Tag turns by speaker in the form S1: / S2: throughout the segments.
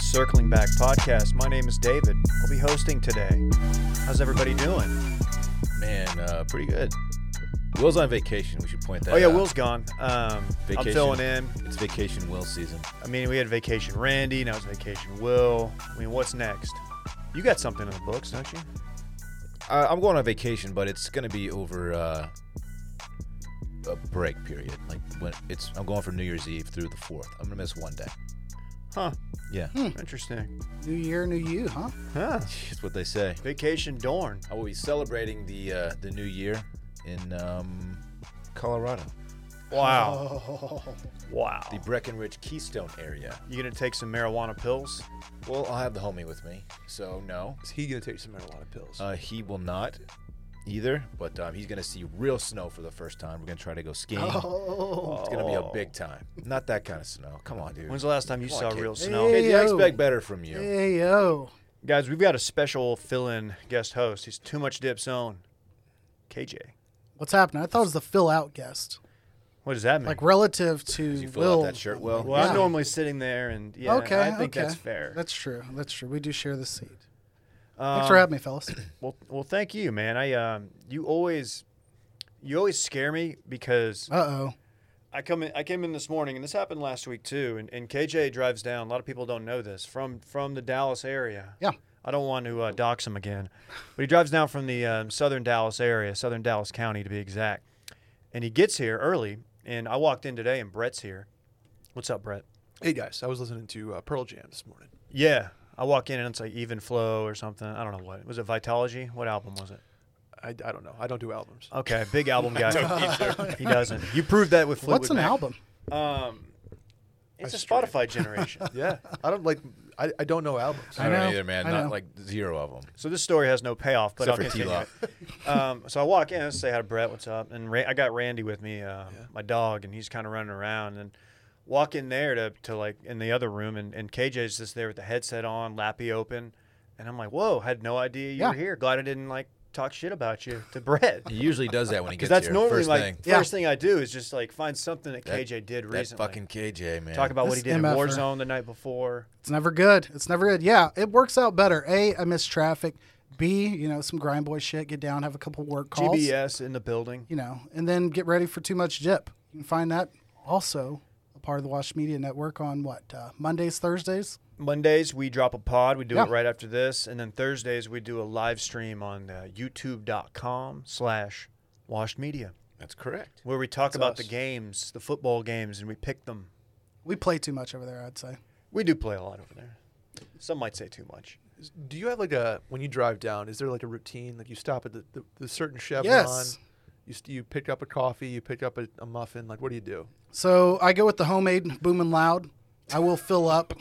S1: Circling Back podcast. My name is David. I'll be hosting today. How's everybody doing? Oh,
S2: Man, uh, pretty good. Will's on vacation. We should point that.
S1: Oh yeah,
S2: out.
S1: Will's gone. Um, I'm
S2: Vacation.
S1: filling in.
S2: It's vacation Will season.
S1: I mean, we had vacation Randy. Now it's vacation Will. I mean, what's next? You got something in the books, don't you?
S2: Uh, I'm going on vacation, but it's gonna be over uh, a break period. Like when it's, I'm going from New Year's Eve through the fourth. I'm gonna miss one day. Hmm.
S1: Huh?
S2: Yeah,
S1: Interesting.
S3: New year, new you, huh?
S1: Huh?
S2: that's what they say.
S1: Vacation Dorn.
S2: I will be celebrating the uh, the new year in um, Colorado,
S1: Wow.
S3: Oh,
S1: Wow.
S2: the Breckenridge Keystone area.
S1: You gonna take some marijuana pills?
S2: Well, I'll have the homie with me, so no,
S4: Is he gonna take some marijuana pills?
S2: uh, he will not either. But um, he's gonna see real snow for the first time. We're gonna try to go skiing.
S3: oh.
S2: It's gonna be a big time. Not that kind of snow. Come on, dude.
S1: When's the last time you
S2: Come on,
S1: saw
S2: kid.
S1: real snow?
S2: Kid, I
S3: Hey-o.
S2: expect better from you.
S3: hey yo.
S1: Guys, we've got a special fill-in guest host. He's too much dips on. KJ.
S3: What's happening? I thought it was the fill out guest,
S1: What does that mean?
S3: like relative to
S2: you fill
S3: Will.
S2: out that shirt well?
S1: well,
S3: Yeah.
S1: I'm normally sitting there, and yeah,
S3: okay,
S1: I think
S3: okay.
S1: that's fair.
S3: That's true. That's true. We do share the seat.
S1: um,
S3: Thanks for having me, fellas.
S1: Well, well, thank you, man. I um, you always, you always scare me because
S3: Uh oh.
S1: I come in. I came in this morning, and this happened last week too. And, and KJ drives down. A lot of people don't know this from from the Dallas area.
S3: Yeah.
S1: I don't want to uh, dox him again, but he drives down from the um, southern Dallas area, southern Dallas County to be exact. And he gets here early, and I walked in today, and Brett's here. What's up, Brett?
S4: hey guys, I was listening to uh, Pearl Jam this morning.
S1: Yeah, I walk in and it's like Even Flow or something. I don't know what was it. Vitology? What album was it?
S4: I, I don't know. I don't do albums.
S3: Uh,
S1: Okay, big album guy. he doesn't. You proved that with Fleetwood
S3: What's an
S1: Mac.
S3: album?
S1: Um, it's a
S4: straight.
S1: Spotify generation.
S4: yeah, I don't like. I, I don't know albums.
S2: I
S3: I
S2: don't
S3: know,
S2: either, man.
S3: I
S2: Not
S3: know.
S2: like zero of them.
S1: So this story has no payoff, but
S2: Except
S1: I'll
S2: for
S1: continue. it.
S2: T-Law.
S1: Um, so I walk in, say hi to Brett, what's up? And Ra- I got Randy with me, uh, my dog, and he's kind of running around. And walk in there to, to like in the other room, and, and KJ's just there with the headset on, lappy open, and I'm like, whoa, had no idea you
S3: Yeah.
S1: were here. Glad I didn't like talk shit about you to Brett.
S2: He usually does that when he
S1: Because
S2: gets
S1: that's
S2: here.
S1: normally
S2: First
S1: like
S2: thing.
S3: Yeah.
S1: first thing I do is just like find something that,
S2: That-
S1: KJ did
S2: That
S1: recently.
S2: fucking KJ, man.
S1: Talk about what he
S3: This
S1: did in
S3: MFR.
S1: Warzone the night before.
S3: It's never good. It's never good. Yeah, it works out better. A, I miss traffic. B, you know, some grind boy shit. Get down, have a couple work calls.
S1: GBS in the building.
S3: You know, and then get ready for too much dip. You can find that also a part of the Watch Media Network on what uh, Mondays, Thursdays.
S1: Mondays we drop a pod. We do
S3: Yeah.
S1: it right after this, and then Thursdays we do a live stream on uh, YouTube.com/slash Washed Media,
S2: That's correct.
S1: where we talk about
S4: us.
S1: the games, the football games, and we pick them.
S3: We play too much over there, I'd say.
S1: We do play a lot over there. Some might say too much.
S4: Do you have like a when you drive down? Is there like a routine? Like you stop at the, the, the certain Chevron.
S3: Yes.
S4: You, s- you pick up a coffee. You pick up a, a muffin. Like what do you do?
S3: So I go with the homemade booming loud. I will fill up.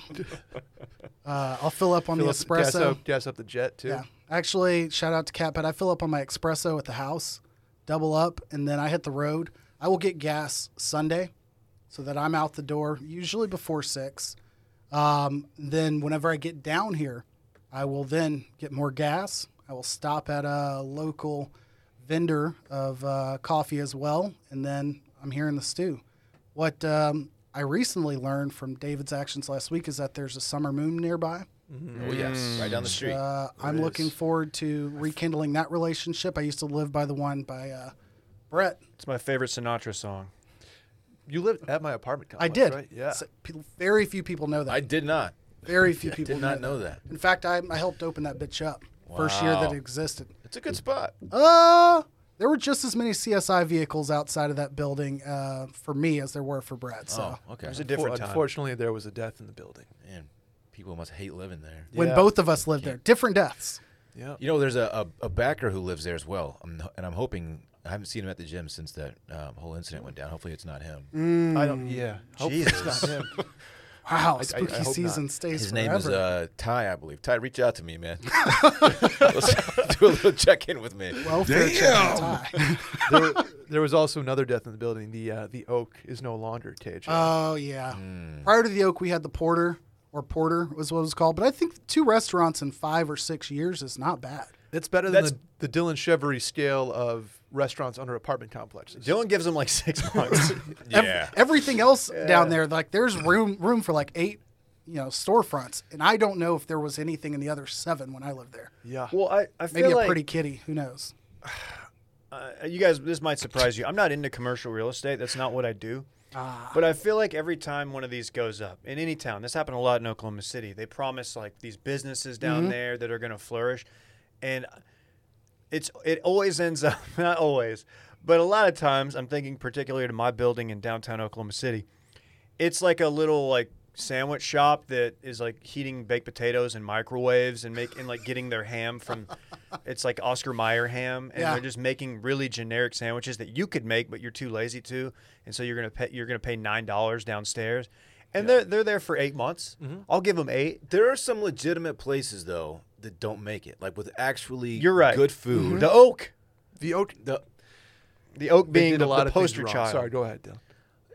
S3: Uh, I'll fill up on
S4: Fill
S3: the
S4: up- gas
S3: espresso.
S4: up, gas up the jet too.
S3: Yeah. Actually, shout out to Cat, but I fill up on my espresso at the house, double up, and then I hit the road. I will get gas Sunday so that I'm out the door, usually before six. Um, then, whenever I get down here, I will then get more gas. I will stop at a local vendor of uh, coffee as well, and then I'm here in the stew. What um, I recently learned from David's actions last week is that there's a summer moon nearby.
S2: Oh yes, right down the street.
S3: Uh, I'm looking forward to rekindling that relationship. I used to live by the one by uh, Brett.
S1: It's my favorite Sinatra song.
S4: You lived at my apartment
S3: I
S4: complex.
S3: did.
S4: Right? Yeah.
S3: S- pe- very few people know that.
S2: I did not.
S3: very few people
S2: Did not
S3: know.
S2: know that.
S3: that. In fact, I, I helped open that bitch up first year that
S2: Wow.
S3: it existed.
S2: It's a good spot.
S3: Uh, there were just as many CSI vehicles outside of that building uh, for me as there were for Brett. So
S2: oh, okay.
S1: It was a
S4: For,
S1: different time.
S4: unfortunately, there was a death in the building.
S2: Man, people must hate living there.
S3: when
S4: Yeah.
S3: both of us lived there, different deaths.
S4: Yeah.
S2: You know, there's a, a, a backer who lives there as well, I'm, and I'm hoping I haven't seen him at the gym since that um, whole incident went down. Hopefully, it's not him.
S1: Mm,
S3: Mm,
S4: I don't. Yeah. Hopefully it's not him.
S3: Wow,
S4: I
S3: spooky
S4: hope not.
S3: season stays
S2: His
S3: forever.
S2: name is uh, Ty, I believe. Ty, reach out to me, man. Let's do a little check in with me.
S3: Welfare check and tie.
S4: there, were- there was also another death in the building. The uh, the oak is no longer KJ.
S3: Oh yeah.
S1: Mm.
S3: Prior to the Oak, we had the Porter or Porter was what it was called. But I think two restaurants in five or six years is not bad.
S4: it's better than
S1: that's-
S4: the, the Dylan Chevrolet scale of restaurants under apartment complexes.
S1: Dylan gives him like six months.
S3: Ev- everything else down there, like there's room room for like eight you know storefronts, and I don't know if there was anything in the other seven when I lived there.
S4: Yeah.
S1: Well, I, I feel
S3: Maybe a
S1: like
S3: pretty kitty, who knows?
S1: uh, you guys, this might surprise you. I'm not into commercial real estate. That's not what I do.
S3: Ah,
S1: But I feel like every time one of these goes up in any town, this happened a lot in Oklahoma City. They promise like these businesses down there that are going to flourish, and it's it always ends up not always, but a lot of times I'm thinking particularly to my building in downtown Oklahoma City. It's like a little like sandwich shop that is like heating baked potatoes in microwaves and make and like getting their ham from it's like Oscar Mayer ham and
S3: Yeah.
S1: they're just making really generic sandwiches that you could make but you're too lazy to and so you're gonna pay you're gonna pay nine dollars downstairs and they're they're there for eight months
S3: Mm-hmm.
S1: I'll give them eight
S2: There are some legitimate places though that don't make it, like with actually
S1: You're right.
S2: good food.
S1: the oak
S4: The oak
S2: The,
S1: the oak
S4: they
S1: being
S4: did
S1: the,
S4: a lot
S1: the
S4: of things
S1: poster
S4: wrong.
S1: child
S4: Sorry, go ahead, Dylan.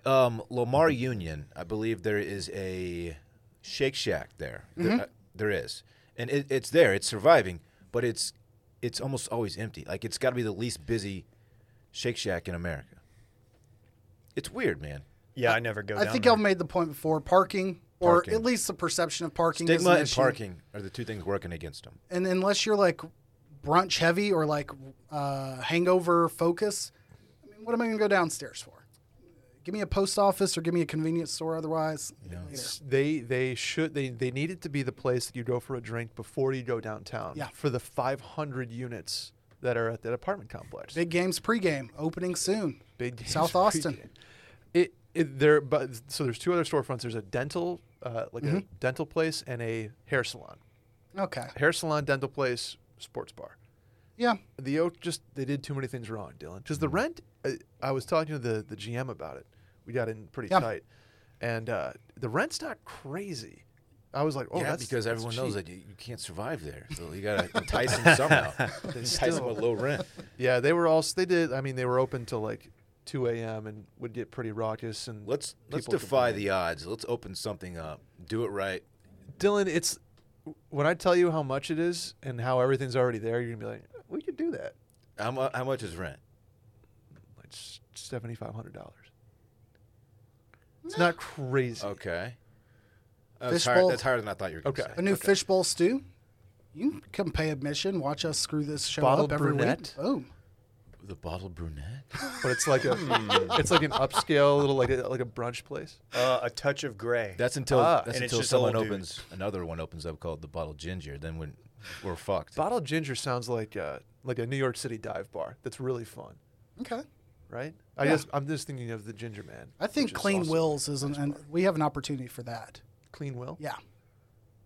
S2: um, Lamar Union, I believe there is a Shake Shack there.
S4: Mm-hmm.
S2: There, uh, there is, and it, it's there. It's surviving, but it's it's almost always empty. Like it's got to be the least busy Shake Shack in America. It's weird, man.
S1: yeah I, never go
S3: I
S1: down
S3: think
S1: there.
S3: I've made the point before. Parking, or
S2: Parking.
S3: at least the perception of parking, is
S2: Stigma
S3: an
S2: and
S3: issue.
S2: parking are the two things working against them.
S3: and unless you're like brunch heavy or like uh, hangover focus, I mean, what am I going to go downstairs for? Give me a post office or give me a convenience store. Otherwise, later.
S4: S- They they should they they need it to be the place that you go for a drink before you go downtown.
S3: Yeah.
S4: For the 500 units that are at that apartment complex.
S3: big games pregame opening soon.
S4: Big games
S3: South
S4: for
S3: Austin.
S4: weekend. It, it there but so there's two other storefronts. There's a dental uh, like
S3: Mm-hmm.
S4: a dental place and a hair salon.
S3: Okay,
S4: Hair salon, dental place, sports bar.
S3: yeah,
S4: The Oak just they did too many things wrong, Dylan. Because
S2: Mm-hmm.
S4: the rent, uh, I was talking to the the GM about it. We got in pretty
S3: Yeah.
S4: tight, and uh, the rent's not crazy. I was like, oh,
S2: yeah,
S4: that's
S2: because
S4: that's
S2: everyone knows
S4: cheap.
S2: that you, you can't survive there, so you gotta entice them somehow. entice them
S4: still-
S2: with low rent.
S4: Yeah, they were all s- they did. I mean, they were open till like two a.m. and would get pretty raucous. And
S2: Let's let's
S4: people
S2: defy
S4: complained.
S2: the odds. Let's open something up. Do it right.
S4: Dylan, it's when I tell you how much it is and how everything's already there, you're gonna be like, we could do that.
S2: How, mu- how much is rent?
S4: Like seventy five hundred dollars. It's not crazy.
S2: Okay. That's higher,
S3: Fishbowl.
S2: that's higher than I thought you were going to
S4: Okay.
S2: say.
S3: a new fishbowl stew. You can come pay admission, watch us screw this show
S4: Bottled
S3: up every
S4: brunette.
S3: week. Boom.
S2: The bottled brunette?
S4: but it's like a
S2: Hmm.
S4: it's like an upscale little like a, like a brunch place.
S1: uh, a touch of gray
S2: That's until
S4: Ah.
S2: that's
S1: And it's
S2: until
S1: just
S2: someone
S1: old
S2: opens another one opens up called the bottled ginger. Then when we're fucked.
S4: Bottled Ginger sounds like a, like a New York City dive bar. That's really fun,
S3: Okay.
S4: right? I
S3: Yeah.
S4: guess I'm just thinking of the Ginger Man.
S3: I think
S4: which is
S3: Clean
S4: awesome.
S3: Wills is an, and we have an opportunity for that.
S4: Clean Will.
S3: Yeah.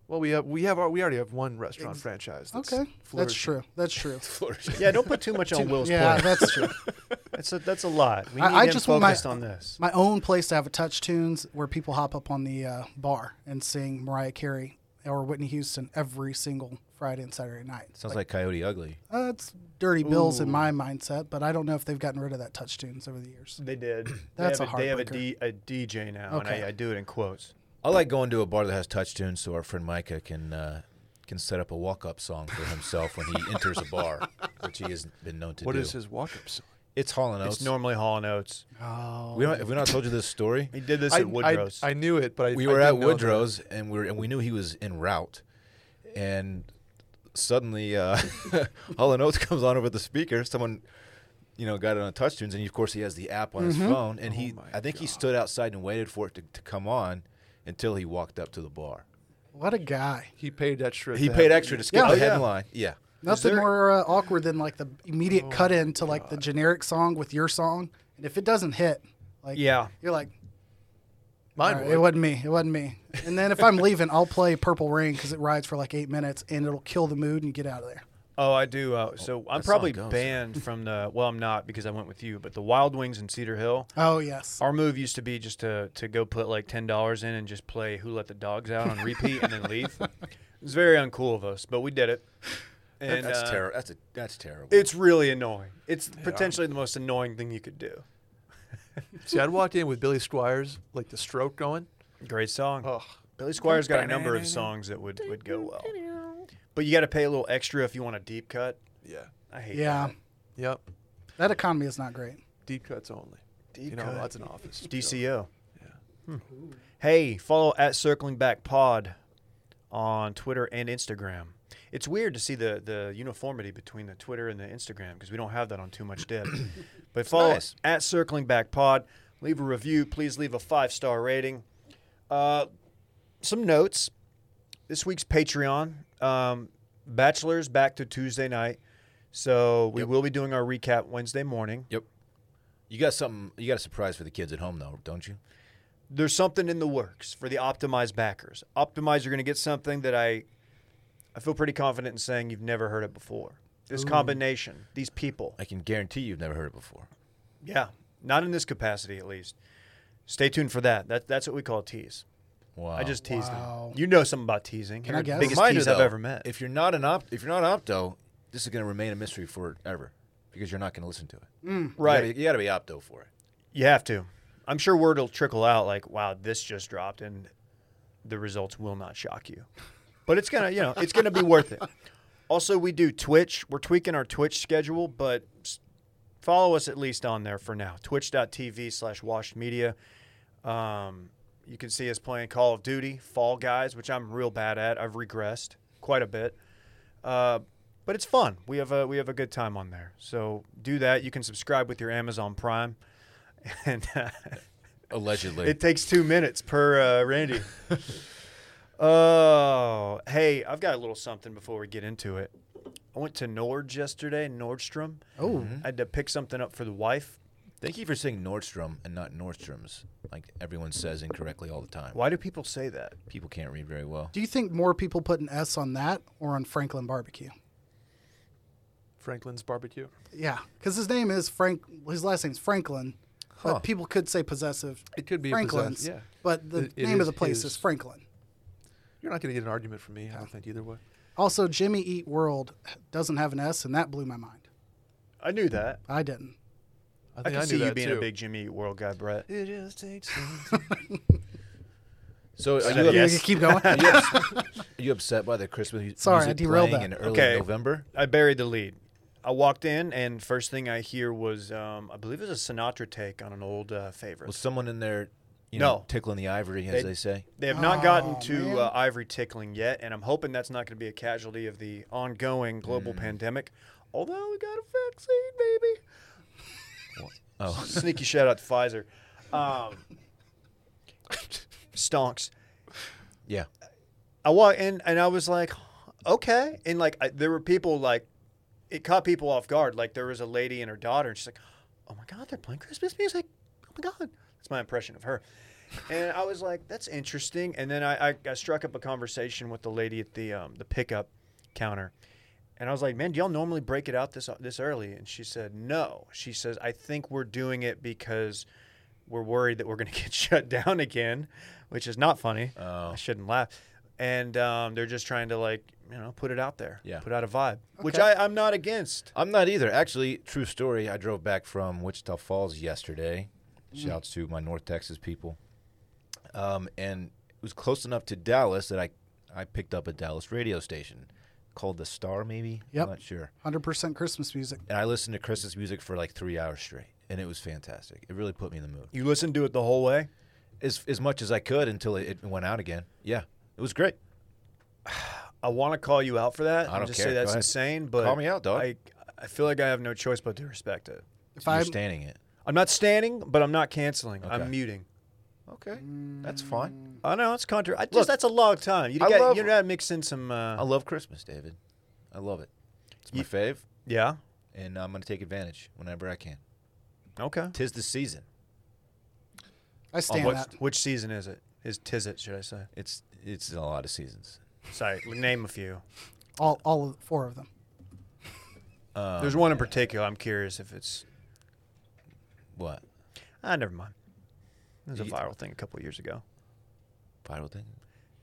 S4: Well, we have we have our, we already have one restaurant franchise. That's
S3: Okay. That's
S4: flourishing.
S3: true. That's true.
S2: Flourishing.
S1: yeah don't put too much on Will's
S3: yeah,
S1: plate
S3: that's true.
S1: That's a, that's a lot. We need
S3: I- I
S1: him
S3: just want my-
S1: focused on this.
S3: my own place to have a touch tunes where people hop up on the uh, bar and sing Mariah Carey or Whitney Houston every single Friday and Saturday night.
S2: Sounds like Coyote Ugly.
S3: Uh, it's Dirty Bills in my mindset, but I don't know if they've gotten rid of that touch tunes over the years.
S1: They did.
S3: That's
S1: they
S3: a
S1: have They have a,
S3: heartbreaker.
S1: D, a DJ now,
S3: Okay.
S1: and I, I do it in quotes.
S2: I like going to a bar that has touch tunes so our friend Micah can uh, can set up a walk up song for himself when he enters a bar, which he has been known to
S4: What
S2: do.
S4: is his walk up song?
S2: It's Hall & Oates.
S1: It's normally Hall and Oates.
S3: Oh,
S2: we don't, have we not told you this story?
S1: He did this
S4: I,
S1: at Woodrow's.
S4: I, I knew it, but I
S2: we
S4: I
S2: were
S4: didn't
S2: at
S4: know the-
S2: Woodrow's and we were, and we knew he was en route, and suddenly uh, Hall and Oates comes on over the speaker. Someone, you know, got it on touch tunes, and of course he has the app on his phone.
S1: Oh
S2: And he,
S4: my
S2: I think he stood outside and waited for it to, to come on until he walked up to the bar.
S3: what a guy.
S4: He paid extra.
S2: He
S4: to
S2: paid
S4: have-
S2: extra to skip
S3: Yeah.
S2: the
S3: Oh, yeah.
S2: headline. Yeah.
S3: Nothing more uh, awkward than like the immediate cut in to like the generic song with your song. And if it doesn't hit, like,
S1: Yeah.
S3: you're like,
S4: Mine
S3: "All right,
S4: would.
S3: it wasn't me. It wasn't me. And then if I'm leaving, I'll play Purple Rain because it rides for like eight minutes and it'll kill the mood and you get out of there.
S1: oh, I do. Uh, so I'm
S2: that song
S1: probably
S2: goes.
S1: banned from the. Well, I'm not because I went with you. But the Wild Wings in Cedar Hill.
S3: Oh, yes.
S1: Our move used to be just to to go put like ten dollars in and just play "Who Let the Dogs Out" on repeat and then leave. It was very uncool of us, but we did it. And
S2: that's
S1: uh,
S2: terrible. That's a that's terrible.
S1: It's really annoying. It's potentially the most annoying thing you could do.
S4: See, I'd walk in with Billy Squires, like the stroke going.
S1: Great song.
S4: Ugh.
S1: Billy Squire's got a number of songs that would, would go well. But you got to pay a little extra if you want a deep cut.
S4: Yeah.
S1: I hate
S3: Yeah.
S1: that.
S4: Yep.
S3: That economy is not great.
S4: Deep cuts only.
S1: Deep
S4: you know,
S1: cut.
S4: that's an office.
S1: DCO. Hmm. Hey, follow at Circling Back Pod on Twitter and Instagram. It's weird to see the, the uniformity between the Twitter and the Instagram because we don't have that on Too Much Dip. but follow us
S2: nice.
S1: at Circling Back Pod. Leave a review. Please leave a five star rating. Uh, some notes. This week's Patreon. Um, Bachelor's back to Tuesday night. So we will be doing our recap Wednesday morning.
S2: Yep. You got something. You got a surprise for the kids at home, though, don't you?
S1: there's something in the works for the optimized backers. Optimized, you're going to get something that I, I feel pretty confident in saying you've never heard it before. This combination, these people,
S2: I can guarantee you've never heard it before.
S1: yeah, not in this capacity at least. Stay tuned for that. That that's what we call a tease.
S2: Wow.
S1: I just teased
S3: Wow.
S1: them. You know something about teasing.
S3: I
S1: You're
S3: guess?
S1: The biggest
S2: Reminder,
S1: tease I've
S2: though,
S1: ever met.
S2: If you're not an op, if you're not opto, this is going to remain a mystery forever because you're not going to listen to it.
S1: Mm. right,
S2: You got to be opto for it.
S1: you have to. I'm sure word will trickle out like, "Wow, this just dropped," and the results will not shock you. But it's gonna, you know, it's gonna be worth it. Also, we do Twitch. We're tweaking our Twitch schedule, but s- follow us at least on there for now. Twitch.tv slash washed media. Um, you can see us playing Call of Duty, Fall Guys, which I'm real bad at. I've regressed quite a bit. Uh, but it's fun. We have a we have a good time on there. So do that. You can subscribe with your Amazon Prime, and uh,
S2: Allegedly.
S1: it takes two minutes per uh, Randy. oh, hey, I've got a little something before we get into it. I went to Nords yesterday, Nordstrom.
S3: Oh.
S4: Mm-hmm.
S1: I had to pick something up for the wife.
S2: Thank you for saying Nordstrom and not Nordstrom's, like everyone says incorrectly all the time.
S1: Why do people say that?
S2: People can't read very well.
S3: Do you think more people put an S on that or on Franklin Barbecue?
S4: Franklin's barbecue.
S3: Yeah, because his name is Frank. His last name's Franklin,
S2: Huh.
S3: but people could say possessive.
S4: It could be a
S3: Franklin's.
S4: possess- yeah.
S3: but the
S4: It- it
S3: name of
S4: is
S3: the place
S4: his.
S3: is Franklin.
S4: You're not going to get an argument from me. I don't think either way.
S3: Also, Jimmy Eat World doesn't have an S, and that blew my mind.
S1: I knew that.
S3: I didn't.
S4: I
S1: I
S4: think
S1: can
S4: I, knew
S1: see you
S4: that
S1: being
S4: too.
S1: a big Jimmy Eat World guy, Brett.
S4: It just takes.
S2: So are
S1: Said
S2: you,
S1: yes.
S3: You can keep going.
S2: are, you ups- are you upset by the Christmas mu-
S3: Sorry, I
S2: music
S3: derailed
S2: playing
S3: that.
S2: in early
S1: Okay.
S2: November?
S1: I buried the lead. I walked in, and first thing I hear was, um, I believe it was a Sinatra take on an old uh, favorite.
S2: Was someone in there, you know,
S1: No.
S2: tickling the ivory, as
S1: They-
S2: they, say?
S1: They have not
S3: Oh,
S1: gotten to
S3: man.
S1: uh, ivory tickling yet, and I'm hoping that's not going to be a casualty of the ongoing global pandemic. Although we got a vaccine, baby.
S2: Oh,
S1: Sneaky shout out to Pfizer. Um, stonks.
S2: yeah.
S1: I walked in and I was like, okay. And like, I, there were people like, it caught people off guard. Like, there was a lady and her daughter, and she's like, oh my God, they're playing Christmas music. Oh my God. That's my impression of her. And I was like, that's interesting. And then I, I, I struck up a conversation with the lady at the, um, the pickup counter. And I was like, man, do y'all normally break it out this, this early? And she said, no. She says, I think we're doing it because we're worried that we're going to get shut down again, which is not funny.
S2: Oh.
S1: I shouldn't laugh. And um, they're just trying to like you know put it out there,
S2: Yeah.
S1: put out a vibe, which
S3: Okay.
S1: I, I'm not against.
S2: I'm not either. Actually, true story. I drove back from Wichita Falls yesterday. Shouts to my North Texas people. Um, and it was close enough to Dallas that I I picked up a Dallas radio station called the Star, maybe.
S3: Yep.
S2: I'm not sure.
S3: Hundred percent Christmas music.
S2: And I listened to Christmas music for like three hours straight, and it was fantastic. It really put me in the mood
S1: You listen to it the whole way.
S2: as as much as I could until it, it went out again. Yeah, it was great.
S1: I want to call you out for that.
S2: I
S1: and
S2: don't
S1: just
S2: care.
S1: say
S2: Go
S1: that's
S2: ahead.
S1: insane, but
S2: Call me out, dog.
S1: I I feel like I have no choice but to respect it.
S3: If I
S2: Understanding it.
S1: I'm not standing, but I'm not canceling.
S2: Okay.
S1: I'm muting.
S2: Okay, that's fine.
S1: I know it's contra. I just
S2: Look,
S1: that's a long time. You
S2: I
S1: got
S2: love-
S1: you got to mix in some.
S2: I
S1: Uh,
S2: love Christmas, David. I love it. It's my
S1: You-
S2: fave,
S1: yeah.
S2: and I'm gonna take advantage whenever I can.
S1: Okay.
S2: Tis the season.
S3: I
S1: On
S3: stand
S1: what,
S3: that.
S1: which season is it? Is tis it? Should I say?
S2: It's it's in a lot of seasons.
S1: Sorry, name a few.
S3: All all of, four of them.
S2: Um,
S1: There's one in particular. I'm curious if it's.
S2: what
S1: Ah, never mind. It was a
S2: You-
S1: viral thing a couple years ago.
S2: viral thing.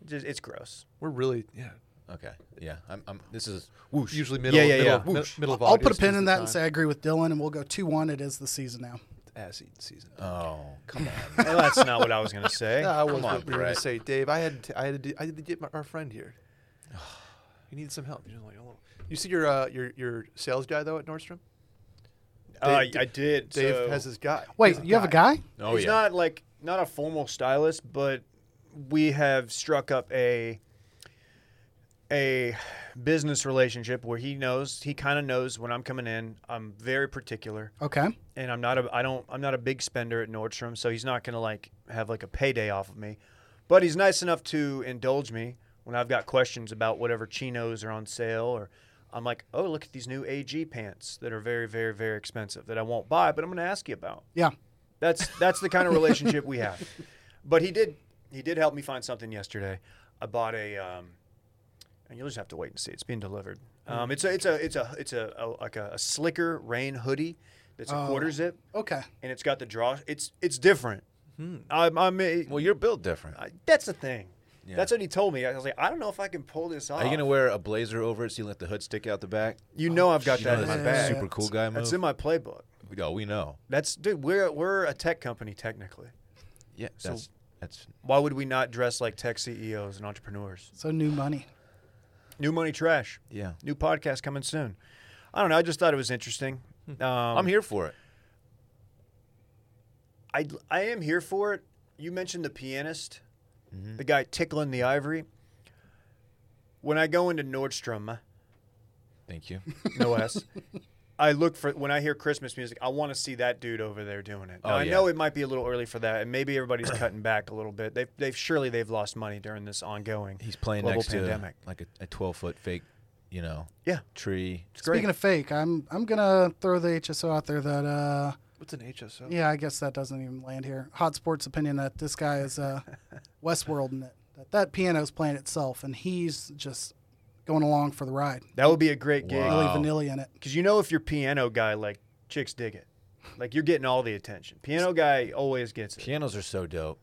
S1: It just- it's gross.
S4: We're really yeah.
S2: Okay, yeah. I'm. I'm this is whoosh.
S4: Usually middle
S1: Yeah, yeah,
S4: middle,
S1: yeah.
S4: mi- middle of
S3: I'll put a
S4: August
S3: pin
S4: is
S3: in
S4: the
S3: that and
S4: time.
S3: say I agree with Dylan, and we'll go two one. It is the season now.
S4: ass eating season.
S2: Oh come on.
S1: Well, that's not what I was gonna say.
S4: No, I was
S2: Come on,
S4: what we were going
S2: Brett.
S4: to say, Dave. I had to, I had to, do, I had to get my, our friend here. He needs some help. You know, like, oh. You see your uh, your your sales guy though at Nordstrom.
S1: Uh,
S4: Dave-
S1: I did.
S4: Dave
S2: Uh,
S1: so-
S4: has his guy. He
S3: Wait,
S4: has
S3: you have a guy?
S2: Oh
S1: he's
S2: yeah.
S1: not like not a formal stylist, but we have struck up a a business relationship where he knows he kind of knows when I'm coming in. I'm very particular,
S3: Okay.
S1: and I'm not a I don't I'm not a big spender at Nordstrom, so he's not gonna like have like a payday off of me, but he's nice enough to indulge me when I've got questions about whatever chinos are on sale or. I'm like, oh, look at these new AG pants that are very, very, very expensive that I won't buy, but I'm going to ask you about.
S3: Yeah.
S1: That's that's the kind of relationship we have. But he did he did help me find something yesterday. I bought a um, and you'll just have to wait and see. It's being delivered. Um, it's a it's a it's a it's a, a like a, a slicker rain hoodie that's a quarter zip
S3: Okay.
S1: and it's got the draw. It's it's different. I'm, I'm
S2: Hmm. Well, you're built different.
S1: I, that's the thing.
S2: Yeah.
S1: That's what he told me. I was like, I don't know if I can pull this off.
S2: Are you gonna wear a blazer over it so you let the hood stick out the back?
S1: You know, I've got
S2: You
S1: that
S2: know
S1: in my
S2: that's
S1: bag.
S2: Super cool guy move.
S1: That's in my playbook.
S2: no, we know.
S1: That's dude. We're we're a tech company technically.
S2: Yeah, that's that's
S1: Why would we not dress like tech CEOs and entrepreneurs?
S3: So new money.
S1: New Money Trash.
S2: yeah.
S1: New podcast coming soon. I don't know. I just thought it was interesting. Um,
S2: Hmm. I'm here for it.
S1: I, I am here for it. You mentioned the pianist,
S2: Mm-hmm.
S1: the guy tickling the ivory. When I go into Nordstrom,
S2: Thank you.
S1: no S, I look for, when I hear Christmas music, I want to see that dude over there doing it. Now,
S2: Oh,
S1: I
S2: yeah.
S1: know it might be a little early for that, and maybe everybody's cutting back a little bit. They've, they've surely they've lost money during this ongoing
S2: He's playing
S1: global
S2: next
S1: pandemic.
S2: to like a 12 foot fake, you know,
S1: yeah,
S2: tree.
S1: it's great.
S3: Speaking of fake, I'm I'm gonna throw the HSO out there that uh
S4: What's an HSO?
S3: yeah, I guess that doesn't even land here. Hot sports opinion that this guy is uh Westworld in it. That that piano's playing itself and he's just going along for the ride.
S1: that would be a great gig.
S2: Wow.
S3: Really
S2: Oh.
S3: vanilla in it.
S1: Because you know, if you're piano guy, like chicks dig it. Like you're getting all the attention. Piano guy always gets it.
S2: Pianos are so dope.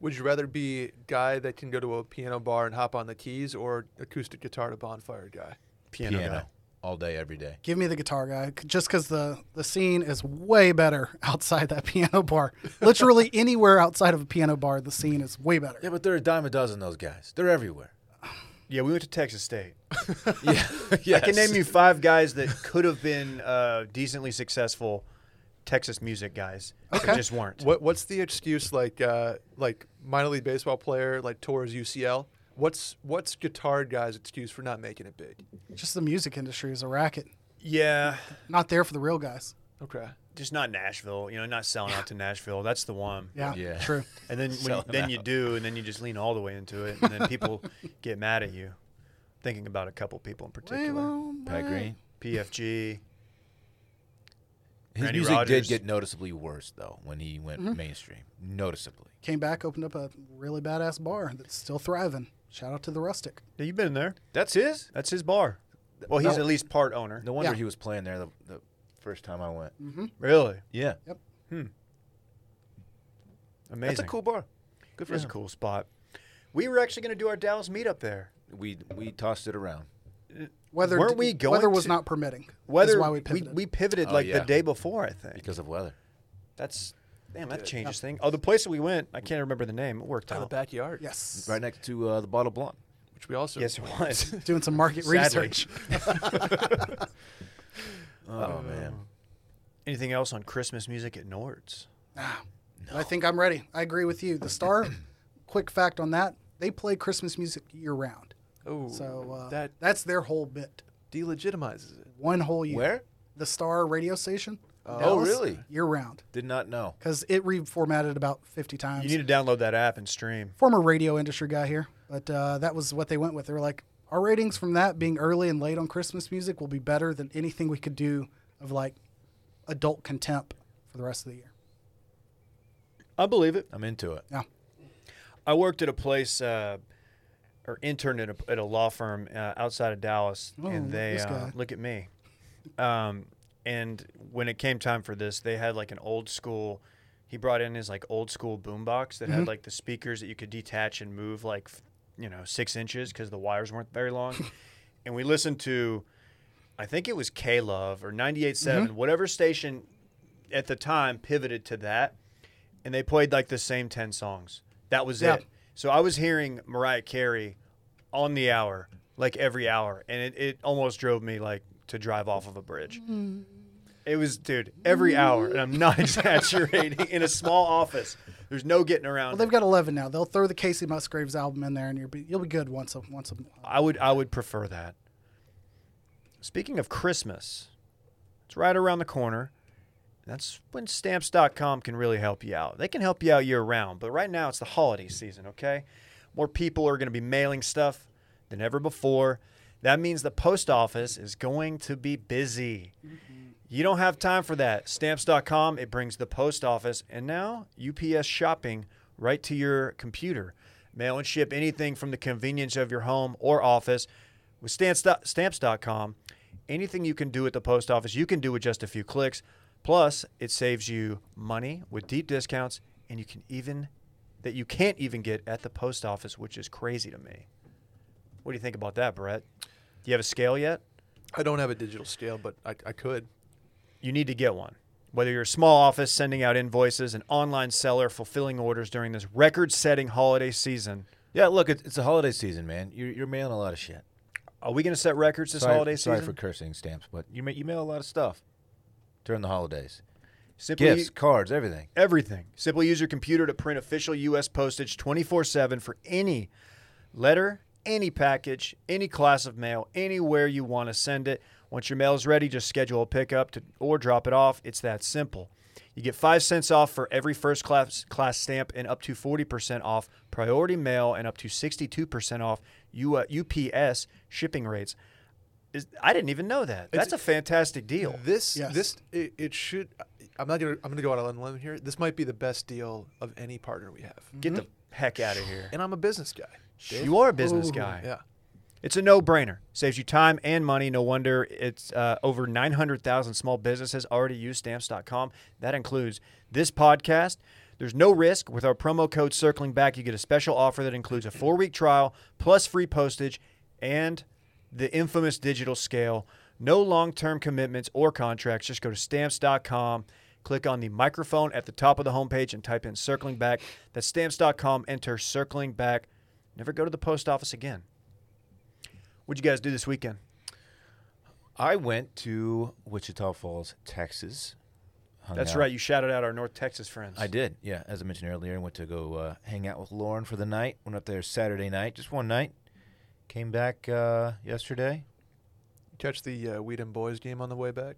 S4: Would you rather be guy that can go to a piano bar and hop on the keys, or acoustic guitar to bonfire guy?
S1: Piano,
S2: Piano,
S1: guy.
S2: all day, every day.
S3: Give me the guitar guy, c- just because the the scene is way better outside that piano bar. Literally anywhere outside of a piano bar, the scene is way better.
S2: Yeah, but they're a dime a dozen. Those guys, they're everywhere.
S1: Yeah, we went to Texas State.
S2: yeah, yes.
S1: I can name you five guys that could have been uh, decently successful Texas music guys.
S3: Okay.
S1: That just weren't.
S4: What What's the excuse like? Uh, like minor league baseball player like tours UCL. What's What's guitar guy's excuse for not making it big?
S3: Just the music industry is a racket.
S1: Yeah,
S3: Not there for the real guys.
S4: Okay.
S1: just not Nashville. You know, not selling out to Nashville. That's the one.
S3: Yeah,
S2: Yeah.
S3: true.
S1: And then when,
S2: Selling
S1: then you do, and then you just lean all the way into it, and then people get mad at you. Thinking about a couple people in particular,
S2: Pat Green.
S1: PFG.
S2: His
S1: Randy
S2: music
S1: Rogers.
S2: did get noticeably worse though when he went mainstream. Noticeably.
S3: Came back, opened up a really badass bar that's still thriving. Shout out to the Rustic.
S1: Yeah, you've been there.
S2: That's his.
S1: That's his bar. Well, he's
S2: No.
S1: at least part owner.
S2: No wonder
S3: Yeah.
S2: he was playing there the, the first time I went.
S1: Really?
S2: Yeah,
S1: Amazing.
S2: that's a cool bar. Good for
S1: That's
S2: him.
S1: a cool spot. We were actually going to do our Dallas meetup there.
S2: We we tossed it around.
S3: Weather
S1: Weren't
S3: d-
S1: we going
S3: Weather was
S1: to-
S3: not permitting.
S1: Whether
S3: is why we
S1: we,
S3: pivoted.
S1: we pivoted
S2: Oh,
S1: like
S2: yeah.
S1: the day before, I think.
S2: because of weather.
S1: That's damn, that changes things. Oh, the place that we went, I can't remember the name. It worked
S4: To the
S1: out.
S4: backyard.
S3: yes,
S2: Right next to uh, the Bottle Blonde.
S4: Which we also.
S1: Yes, it was.
S3: doing some market
S1: Sadly.
S3: research.
S2: Oh, man,
S1: Anything else on Christmas music at Nords?
S3: I think I'm ready. I agree with you. The Star. quick fact on that: they play Christmas music year round.
S4: Oh,
S3: So uh,
S4: that
S3: that's their whole bit.
S4: delegitimizes it.
S3: One whole year.
S2: where?
S3: The Star radio station.
S2: Oh,
S3: Dallas,
S2: really?
S3: Year round.
S2: Did not know.
S3: Because it reformatted about 50 times.
S1: You need to download that app and stream.
S3: Former radio industry guy here, but uh, that was what they went with. They were like, our ratings from that being early and late on Christmas music will be better than anything we could do of like adult contempt for the rest of the year.
S1: I believe it.
S2: I'm into it.
S3: Yeah.
S1: I worked at a place uh, or interned at a, at a law firm uh, outside of Dallas, and they
S3: this
S1: uh,
S3: guy.
S1: look at me. Um, and when it came time for this, they had like an old school. He brought in his like old school boombox that had like the speakers that you could detach and move like f- you know six inches because the wires weren't very long. and we listened to, I think it was K Love or 98.7,
S3: Mm-hmm.
S1: whatever station at the time pivoted to that and they played like the same 10 songs. That was
S3: Yeah.
S1: it. So I was hearing Mariah Carey on the hour, like every hour, and it, it almost drove me like to drive off of a bridge.
S3: Mm-hmm.
S1: It was, dude, every hour, and I'm not exaggerating, in a small office. There's There's no getting around.
S3: Well,
S1: it.
S3: they've got 11 now. They'll throw the Casey Musgraves album in there, and you'll be you'll be good once a once a.
S1: I would I would prefer that. Speaking of Christmas, it's right around the corner. That's when stamps.com can really help you out. They can help you out year round, but right now it's the holiday season, okay? More people are going to be mailing stuff than ever before. That means the post office is going to be busy. You don't have time for that. Stamps.com, it brings the post office and now UPS shopping right to your computer. Mail and ship anything from the convenience of your home or office. With stamps. stamps.com, anything you can do at the post office, you can do with just a few clicks. Plus, it saves you money with deep discounts and you can even that you can't even get at the post office, which is crazy to me. What do you think about that, Brett? Do you have a scale yet?
S4: I don't have a digital scale, but I, I could.
S1: you need to get one. Whether you're a small office sending out invoices, an online seller fulfilling orders during this record setting holiday season,
S2: Yeah, look, it's, it's the holiday season, man. You're, you're mailing a lot of shit.
S1: are we going to set records this
S2: sorry,
S1: holiday
S2: sorry
S1: season?
S2: for cursing stamps, but you, ma- you mail a lot of stuff during the holidays
S1: Simply
S2: gifts, cards, everything.
S1: everything. Simply use your computer to print official U.S. postage 24 7 for any letter, any package, any class of mail, anywhere you want to send it. Once your mail is ready, just schedule a pickup to, or drop it off. It's that simple. You get 5 cents off for every first class, class stamp and up to 40% off priority mail and up to 62% off U, uh, UPS shipping rates. Is, I didn't even know that. That's a fantastic deal.
S4: This
S3: Yes.
S4: this it, it should. I'm not gonna I'm gonna go out on a limb here. This might be the best deal of any partner we have,
S1: Get the heck out of here.
S4: and I'm a business guy.
S1: You are a business guy.
S4: Yeah.
S1: It's a no-brainer. Saves you time and money. No wonder it's uh, over 900,000 small businesses already use stamps.com. That includes this podcast. There's no risk with our promo code circling back. You get a special offer that includes a 4-week trial plus free postage and the infamous digital scale. No long-term commitments or contracts. Just go to stamps.com, click on the microphone at the top of the homepage and type in circling back. That's stamps.com. Enter circling back. Never go to the post office again. What'd you guys do this weekend?
S2: I went to Wichita Falls, Texas. Hung
S1: That's
S2: out.
S1: right. You shouted out our North Texas friends.
S2: Oh, I did. Yeah, as I mentioned earlier, I went to go uh, hang out with Lauren for the night. Went up there Saturday night, just one night. Came back uh, yesterday.
S4: Catch the uh, Weed and Boys game on the way back.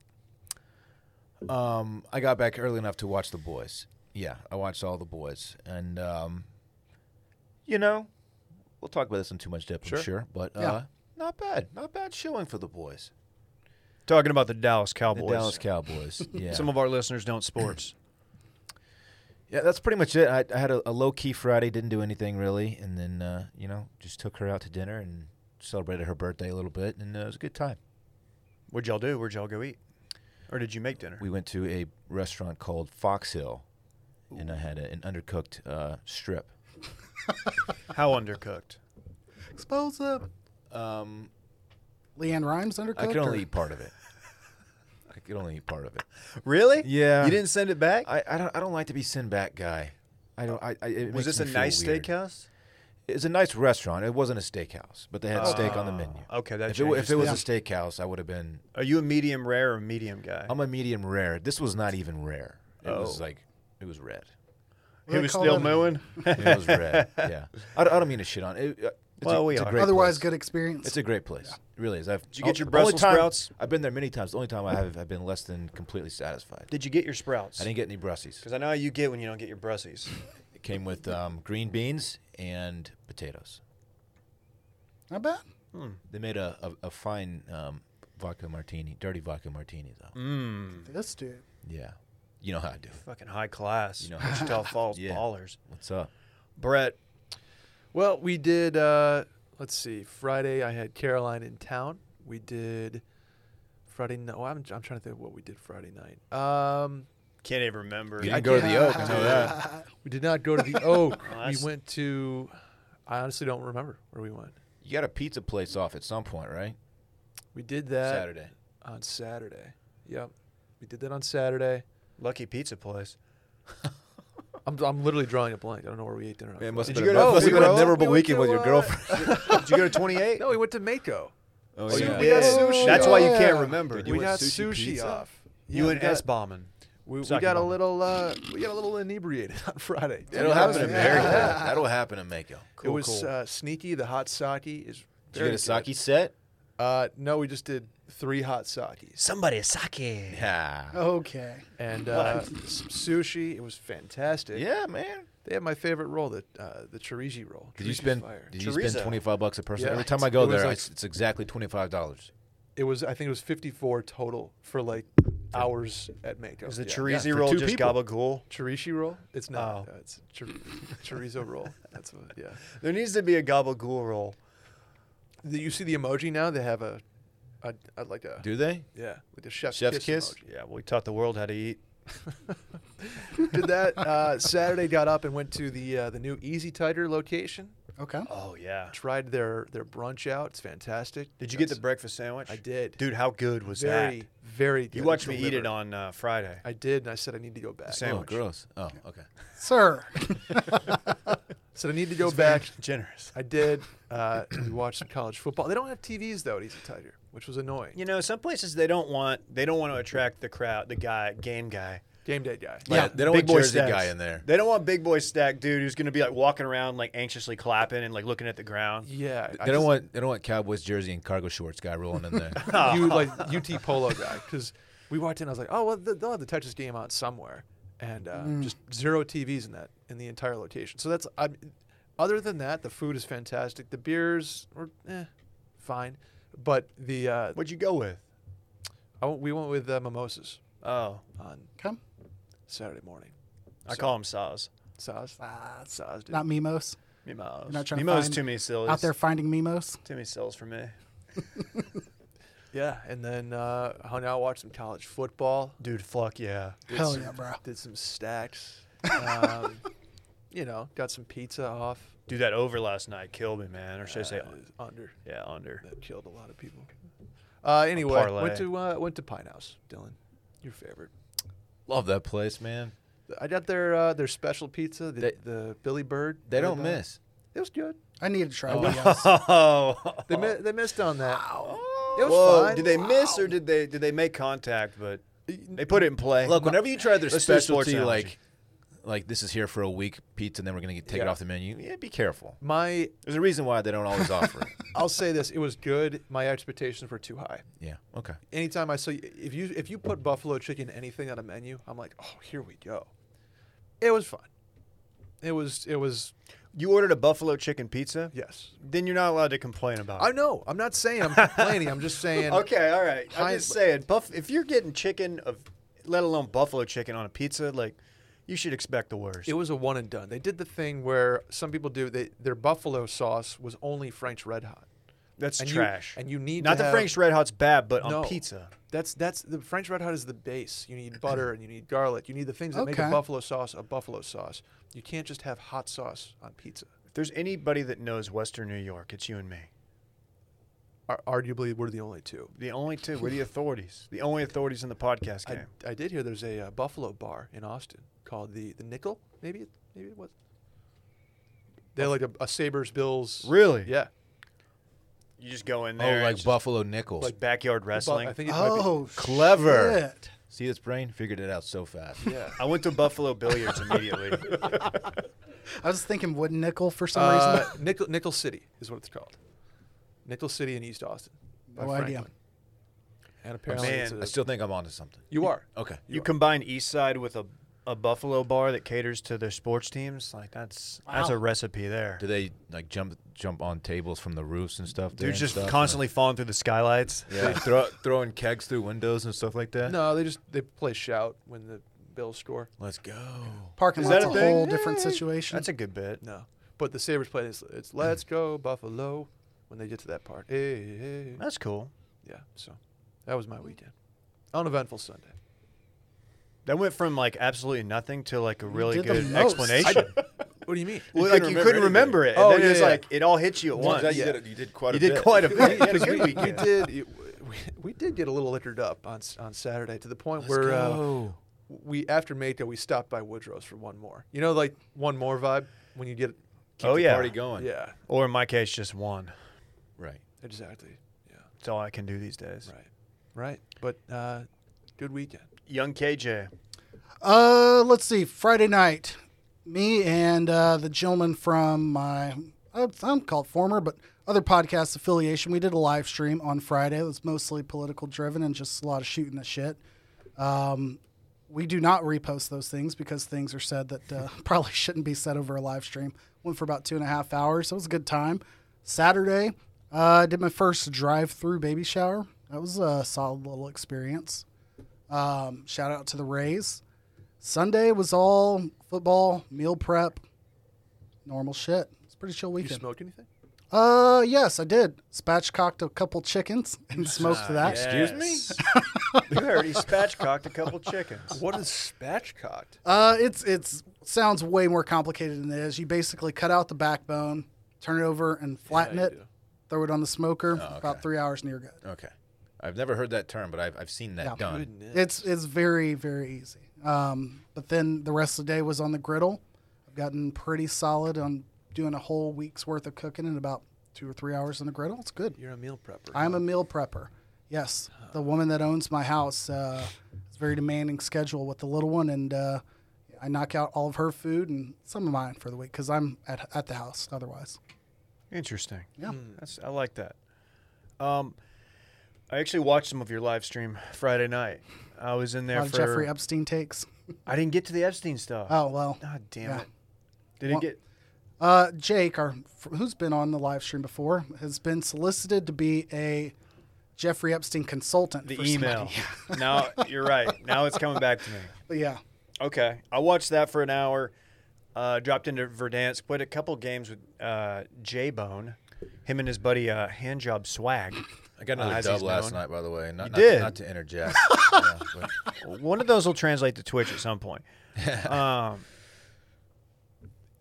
S2: Um, I got back early enough to watch the boys. Yeah, I watched all the boys, and um, you know, we'll talk about this in too much depth,
S4: Sure.
S2: I'm sure. But uh,
S3: Yeah.
S2: not bad, not bad showing for the boys.
S1: Talking about the Dallas
S2: The
S1: Cowboys.
S2: Dallas Cowboys. yeah,
S1: Some of our listeners don't sports.
S2: yeah, that's pretty much it. I, I had a, a low key Friday, didn't do anything really, and then uh, you know, just took her out to dinner and celebrated her birthday a little bit, and uh, it was a good time.
S1: What'd y'all do? Where'd y'all go eat? Or did you make dinner?
S2: we went to a restaurant called Fox Hill, and I had a, an undercooked uh, strip.
S1: How undercooked?
S3: Expose up.
S2: Um,
S3: Leanne Rhymes undercooked.
S2: I could only
S3: or-
S2: eat part of it. I could only eat part of it.
S1: Really?
S2: Yeah.
S1: You didn't send it back?
S2: I, I don't I don't like to be send back guy. I don't. I, I it
S1: Was
S2: makes
S1: this
S2: me
S1: a
S2: feel
S1: nice
S2: weird.
S1: steakhouse?
S2: It's a nice restaurant. It wasn't a steakhouse, but they had steak on the menu.
S1: Oh, okay, that
S2: if it, wa-
S1: changes
S2: if it was a steakhouse, I would have been.
S1: Are you a medium rare or medium guy?
S2: I'm a medium rare. This was not even rare. It was
S1: Oh.
S2: like it was red.
S1: he
S3: what do they
S1: was
S3: call
S1: still
S3: them?
S1: mooing?
S2: It was red. yeah. I don't, I don't mean to shit on it. Uh, It's
S1: Well,
S2: a,
S1: we
S2: it's
S1: are.
S2: A great
S3: Otherwise,
S2: place.
S3: good experience.
S2: It's a great place. It really is. I've, Did
S1: you get your Brussels sprouts?
S2: I've been there many times. The only time I have, I've been less than completely satisfied.
S1: Did you get your sprouts?
S2: I didn't get any brussies.
S1: Because I know how you get when you don't get your brussies.
S2: It came with um, green beans and potatoes.
S3: Not bad.
S2: They made a, a, a fine um, vodka martini, dirty vodka martini,
S1: Mm.
S2: though. Mm.
S3: This dude.
S2: Yeah. You know how I do. it.
S1: Fucking high class.
S2: You know.
S1: Wichita Falls
S2: Yeah.
S1: ballers.
S2: What's up?
S1: Brett,
S4: Well, we did. Uh, let's see. Friday, I had Caroline in town. We did Friday. No, I'm, I'm trying to think of what we did Friday night. Um,
S1: can't even remember.
S2: You didn't go to the Oak. I know that.
S4: we did not go to the Oak. we
S1: Oh, that's-
S4: went to. I honestly don't remember where we went.
S2: You got a pizza place off at some point, right?
S4: We did that
S2: Saturday.
S4: on Saturday. Yep, we did that on Saturday.
S1: Lucky pizza place.
S4: I'm, I'm literally drawing a blank. I don't know where we ate dinner. on Friday.
S1: Did been you a- go to must have been a Zero? memorable
S4: We went to, uh,
S1: Did you go to 28?
S4: No, we went to Mako.
S2: Oh,
S4: So
S2: yeah.
S4: we got
S3: Yeah.
S4: sushi.
S1: That's why you
S3: Yeah.
S1: can't remember.
S2: Dude,
S4: we
S2: went
S4: got
S2: sushi
S4: sushi
S2: pizza?
S4: off.
S1: you
S4: Yeah,
S1: and
S4: we got-
S1: S bombing.
S4: We, we
S1: Sucky
S4: got a
S1: bummer.
S4: little uh, we got a little inebriated on Friday.
S2: That'll happen in
S3: Yeah.
S2: America. That'll happen in Mako.
S4: it
S1: Cool,
S4: was
S1: cool.
S4: Uh, sneaky. The hot sake is.
S2: Did you
S4: very
S2: get a sake
S4: good.
S2: set?
S4: Uh, no, we just did three hot sakis
S1: Somebody sake.
S2: Yeah. Oh,
S3: Okay.
S4: and uh, some sushi. It was fantastic.
S2: Yeah, man.
S4: They had my favorite roll, the uh, the chirigi roll.
S2: Did you
S4: Chirigi's
S2: spend
S4: fire.
S2: Did you spend
S1: Chorizo.
S2: twenty five bucks a person?
S4: Yeah.
S2: Every time I go
S4: It was
S2: there, I
S4: like-
S2: s it's exactly twenty five dollars.
S4: It was I think it was 54 total for like hours at Mako.
S1: Is the
S4: Yeah.
S1: chorizo
S4: Yeah, for
S1: roll
S4: two
S1: just
S4: people.
S1: gabagool?
S4: Chirishi roll? It's not.
S1: Oh.
S4: Uh, it's chir- chorizo roll. That's what. Yeah.
S1: There needs to be a gabagool roll.
S4: The, you see the emoji now? They have a, a, a like a
S2: Do they?
S4: yeah, like a chef's,
S2: Chef's
S4: kiss.
S2: kiss?
S1: Yeah, we taught the world how to eat.
S4: emoji. Did that uh, Saturday? Got up and went to the uh, the new Easy Tighter location.
S3: Okay.
S1: Oh yeah.
S4: Tried their their brunch out. It's fantastic.
S1: Did you get the
S4: That's
S1: breakfast sandwich?
S4: I did.
S1: Dude, how good was
S4: Very
S1: that?
S4: very. Good.
S1: You watched me eat
S4: delivered.
S1: it on uh, Friday.
S4: I did, and I said I need to go back.
S1: Same.
S2: Oh,
S1: Sandwich.
S2: gross. Oh, okay.
S3: Sir.
S4: Said I need to go back.
S1: generous.
S4: I did. Uh, we watched some college football. They don't have TVs though at Easy Tiger, which was annoying.
S1: You know, some places they don't want they don't want to attract the crowd, the guy, game guy.
S4: Game day guy.
S2: Yeah, they don't
S1: big
S2: want
S1: boy
S2: Jersey
S1: stacks.
S2: guy in there.
S1: They don't want big boy stack dude who's gonna be like walking around like anxiously clapping and like looking at the ground.
S4: Yeah. I
S2: They don't
S4: just-
S2: want they don't want Cowboys jersey and cargo shorts guy rolling in there.
S3: Oh.
S4: you like UT Polo guy because we walked in. I was like, oh well, th- they'll have the Texas game on somewhere, and uh,
S3: Mm.
S4: just zero TVs in that in the entire location. So that's I'm, other than that, the food is fantastic. The beers were eh, fine, but the uh,
S1: What'd you go with?
S4: I went- we went with uh, mimosas
S1: Oh,
S4: on
S3: Come.
S4: Saturday morning.
S1: I call him Saws.
S4: Sauce, sauce, dude.
S3: Ah, Not Mimos.
S1: Mimos.
S3: not trying to
S1: Mimos
S3: find
S1: too many sillies.
S3: Out there finding Mimos.
S1: Too many sills for me.
S4: Yeah, and then uh, hung out, watched some college football,
S1: Dude, fuck yeah.
S4: Did
S3: Hell
S4: some-
S3: yeah, bro.
S4: did some stacks. Um, you know, got some pizza off.
S1: Dude, that over last night killed me, man. Or should I say,
S4: Uh, under.
S1: yeah, under.
S4: That killed a lot of people. Uh, anyway,
S1: parlay.
S4: went to uh, went to Pine House, Dylan, your favorite.
S2: Love that place, man.
S4: I got their uh, their special pizza, the,
S2: They-
S4: the Billy Bird.
S2: They
S4: Billy
S2: don't
S4: Bird.
S2: miss.
S4: It was good.
S3: I need to try
S2: Oh.
S3: Mimos.
S1: Oh,
S4: They mi- they missed on that. It was
S1: Whoa,
S4: fine.
S1: did they miss or did they did they make contact? But they put it in play.
S2: Look, whenever you try their
S1: Let's do a sports
S2: specialty,
S1: analogy.
S2: like like this is here for a week pizza, and then we're gonna get, take it
S4: Yeah.
S2: off the menu. Yeah, be careful.
S4: My
S2: There's a reason why they don't always offer it.
S4: I'll say this, it was good. My expectations were too high.
S2: Yeah. Okay.
S4: anytime I see if you if you put buffalo chicken anything on a menu, I'm like, oh, here we go. It was fun. It was it was
S1: you ordered a buffalo chicken pizza,
S4: yes.
S1: then you're not allowed to complain about
S4: I
S1: it.
S4: know. I'm not saying I'm complaining. I'm just saying.
S1: okay, all right. I'm
S4: High-
S1: just saying, buff. If you're getting chicken of, let alone buffalo chicken on a pizza, like, you should expect the worst.
S4: It was a one and done. They did the thing where some people do. They, their buffalo sauce was only French Red Hot.
S1: That's
S4: and you-
S1: trash.
S4: and you need
S1: not
S4: to
S1: the
S4: have-
S1: French Red Hot's bad, but
S4: No.
S1: on pizza.
S4: That's that's the French Red Hot is the base. You need butter and you need garlic. You need the things that make a
S3: Okay.
S4: buffalo sauce a buffalo sauce. You can't just have hot sauce on pizza.
S1: If there's anybody that knows Western New York, it's you and me.
S4: Ar- arguably, we're the only two.
S1: The only two. We're the authorities. The only authorities in the podcast game.
S4: I, I did hear there's a uh, Buffalo bar in Austin called the the Nickel. Maybe it, maybe it was. They had like a, a Sabers Bills.
S1: really?
S4: Yeah.
S1: You just go in
S2: Oh,
S1: there. and
S2: like
S1: just-
S2: Buffalo Nichols.
S1: Like backyard wrestling.
S4: I
S1: I,
S4: think it might
S3: Oh,
S2: Clever.
S3: Shit.
S2: See this brain figured it out so fast.
S4: be. Yeah.
S1: went to Buffalo Billiards immediately.
S3: I was thinking wooden nickel for some
S4: Uh,
S3: reason.
S4: Nickel Nickel City is what it's called. Nickel City in East Austin. by
S3: No idea.
S4: Franklin. And apparently,
S1: Man,
S4: it's a-
S2: I still think I'm onto something.
S4: you are.
S2: Okay.
S1: you combine East Side with a, a Buffalo bar that caters to their sports teams. Like that's that's a recipe there.
S2: Do they like jump jump on tables from the roofs and stuff? there
S1: Dude's
S2: and
S1: just
S2: stuff, and-
S1: constantly falling through the skylights.
S2: yeah, throw, throwing kegs through windows and stuff like that.
S4: No, they just they play shout when the Bills score.
S2: Let's go.
S3: Parking
S1: Is
S3: lot's
S1: that
S3: a,
S1: a thing?
S3: whole different situation.
S1: That's a good bit.
S4: No, but the Sabers play this. It's Let's Go Buffalo when they get to that part. Hey, hey.
S1: That's cool.
S4: Yeah. So that was
S3: Hmm.
S4: my weekend. Uneventful Sunday.
S1: That went from like absolutely nothing to like a really
S3: did the
S1: good
S3: most.
S1: explanation.
S4: What do you mean?
S1: well,
S2: couldn't
S1: like you
S2: remember
S1: couldn't
S2: anything.
S1: remember it. And
S4: Oh,
S1: then
S4: yeah,
S1: it's
S4: yeah.
S1: like it all hit you at once.
S4: you
S1: Yeah.
S4: did
S2: you did quite
S1: You did quite a bit. You had a good
S4: we, we
S1: weekend.
S4: did we, we did get a little liquored up on s- on Saturday to the point where uh, we after Mako we stopped by Woodrow's for one more. You know, like one more vibe when you get.
S1: Oh, yeah.
S2: Party going.
S4: Yeah,
S1: Or in my case, just one.
S2: Right.
S4: exactly. Yeah,
S1: That's all I can do these days.
S4: right, right. But uh, good weekend.
S1: Young KJ.
S3: Uh, let's see. Friday night, me and uh, the gentleman from my I don't call it former, but other podcast affiliation. We did a live stream on Friday. It was mostly political driven and just a lot of shooting the shit. Um, we do not repost those things because things are said that uh, probably shouldn't be said over a live stream. Went for about two and a half hours. So it was a good time. Saturday, uh, I did my first drive through baby shower. That was a solid little experience. Um, shout out to the Rays. Sunday was all football, meal prep, normal shit. It's a pretty chill
S4: You
S3: weekend.
S4: smoked anything?
S3: Uh, yes, I did. Spatchcocked a couple chickens and smoked that.
S2: Excuse me?
S1: you heard he spatchcocked a couple chickens.
S4: What is spatchcocked?
S3: Uh, it's it's sounds way more complicated than it is. You basically cut out the backbone, turn it over, and flatten
S4: you
S3: it.
S4: do.
S3: Throw it on the smoker. About
S2: okay.
S3: three hours, and you're good.
S2: Okay. I've never heard that term, but I've, I've seen that
S3: Yeah.
S2: done.
S4: Goodness.
S3: It's it's very very easy. Um, but then the rest of the day was on the griddle. I've gotten pretty solid on doing a whole week's worth of cooking in about two or three hours on the griddle. It's good.
S4: You're a meal prepper.
S3: I'm a meal prepper. Yes, the woman that owns my house uh, is very demanding schedule with the little one, and uh, I knock out all of her food and some of mine for the week because I'm at at the house otherwise.
S1: Interesting. Hmm.
S3: Yeah.
S1: That's I like that. Um, I actually watched some of your live stream Friday night. I was in
S3: A
S1: there
S3: lot of
S1: for
S3: Jeffrey Epstein takes.
S1: I didn't get to the Epstein stuff.
S3: Oh well.
S1: God damn
S3: Yeah.
S1: it. Did
S3: Well-
S1: it get
S3: Uh, Jake, our, who's been on the live stream before, has been solicited to be a Jeffrey Epstein consultant.
S1: the
S3: for
S1: email?
S3: somebody.
S1: now you're right. Now it's coming back to me.
S3: But yeah.
S1: Okay, I watched that for an hour. Uh, dropped into Verdansk, played a couple games with uh, J Bone, him and his buddy uh, Handjob Swag.
S2: I got
S1: Uh,
S2: another
S1: as
S2: dub
S1: he's
S2: last
S1: known.
S2: night, by the way. Not,
S1: You
S2: not,
S1: did?
S2: not to interject. yeah, but-
S1: One of those will translate to Twitch at some point. Um,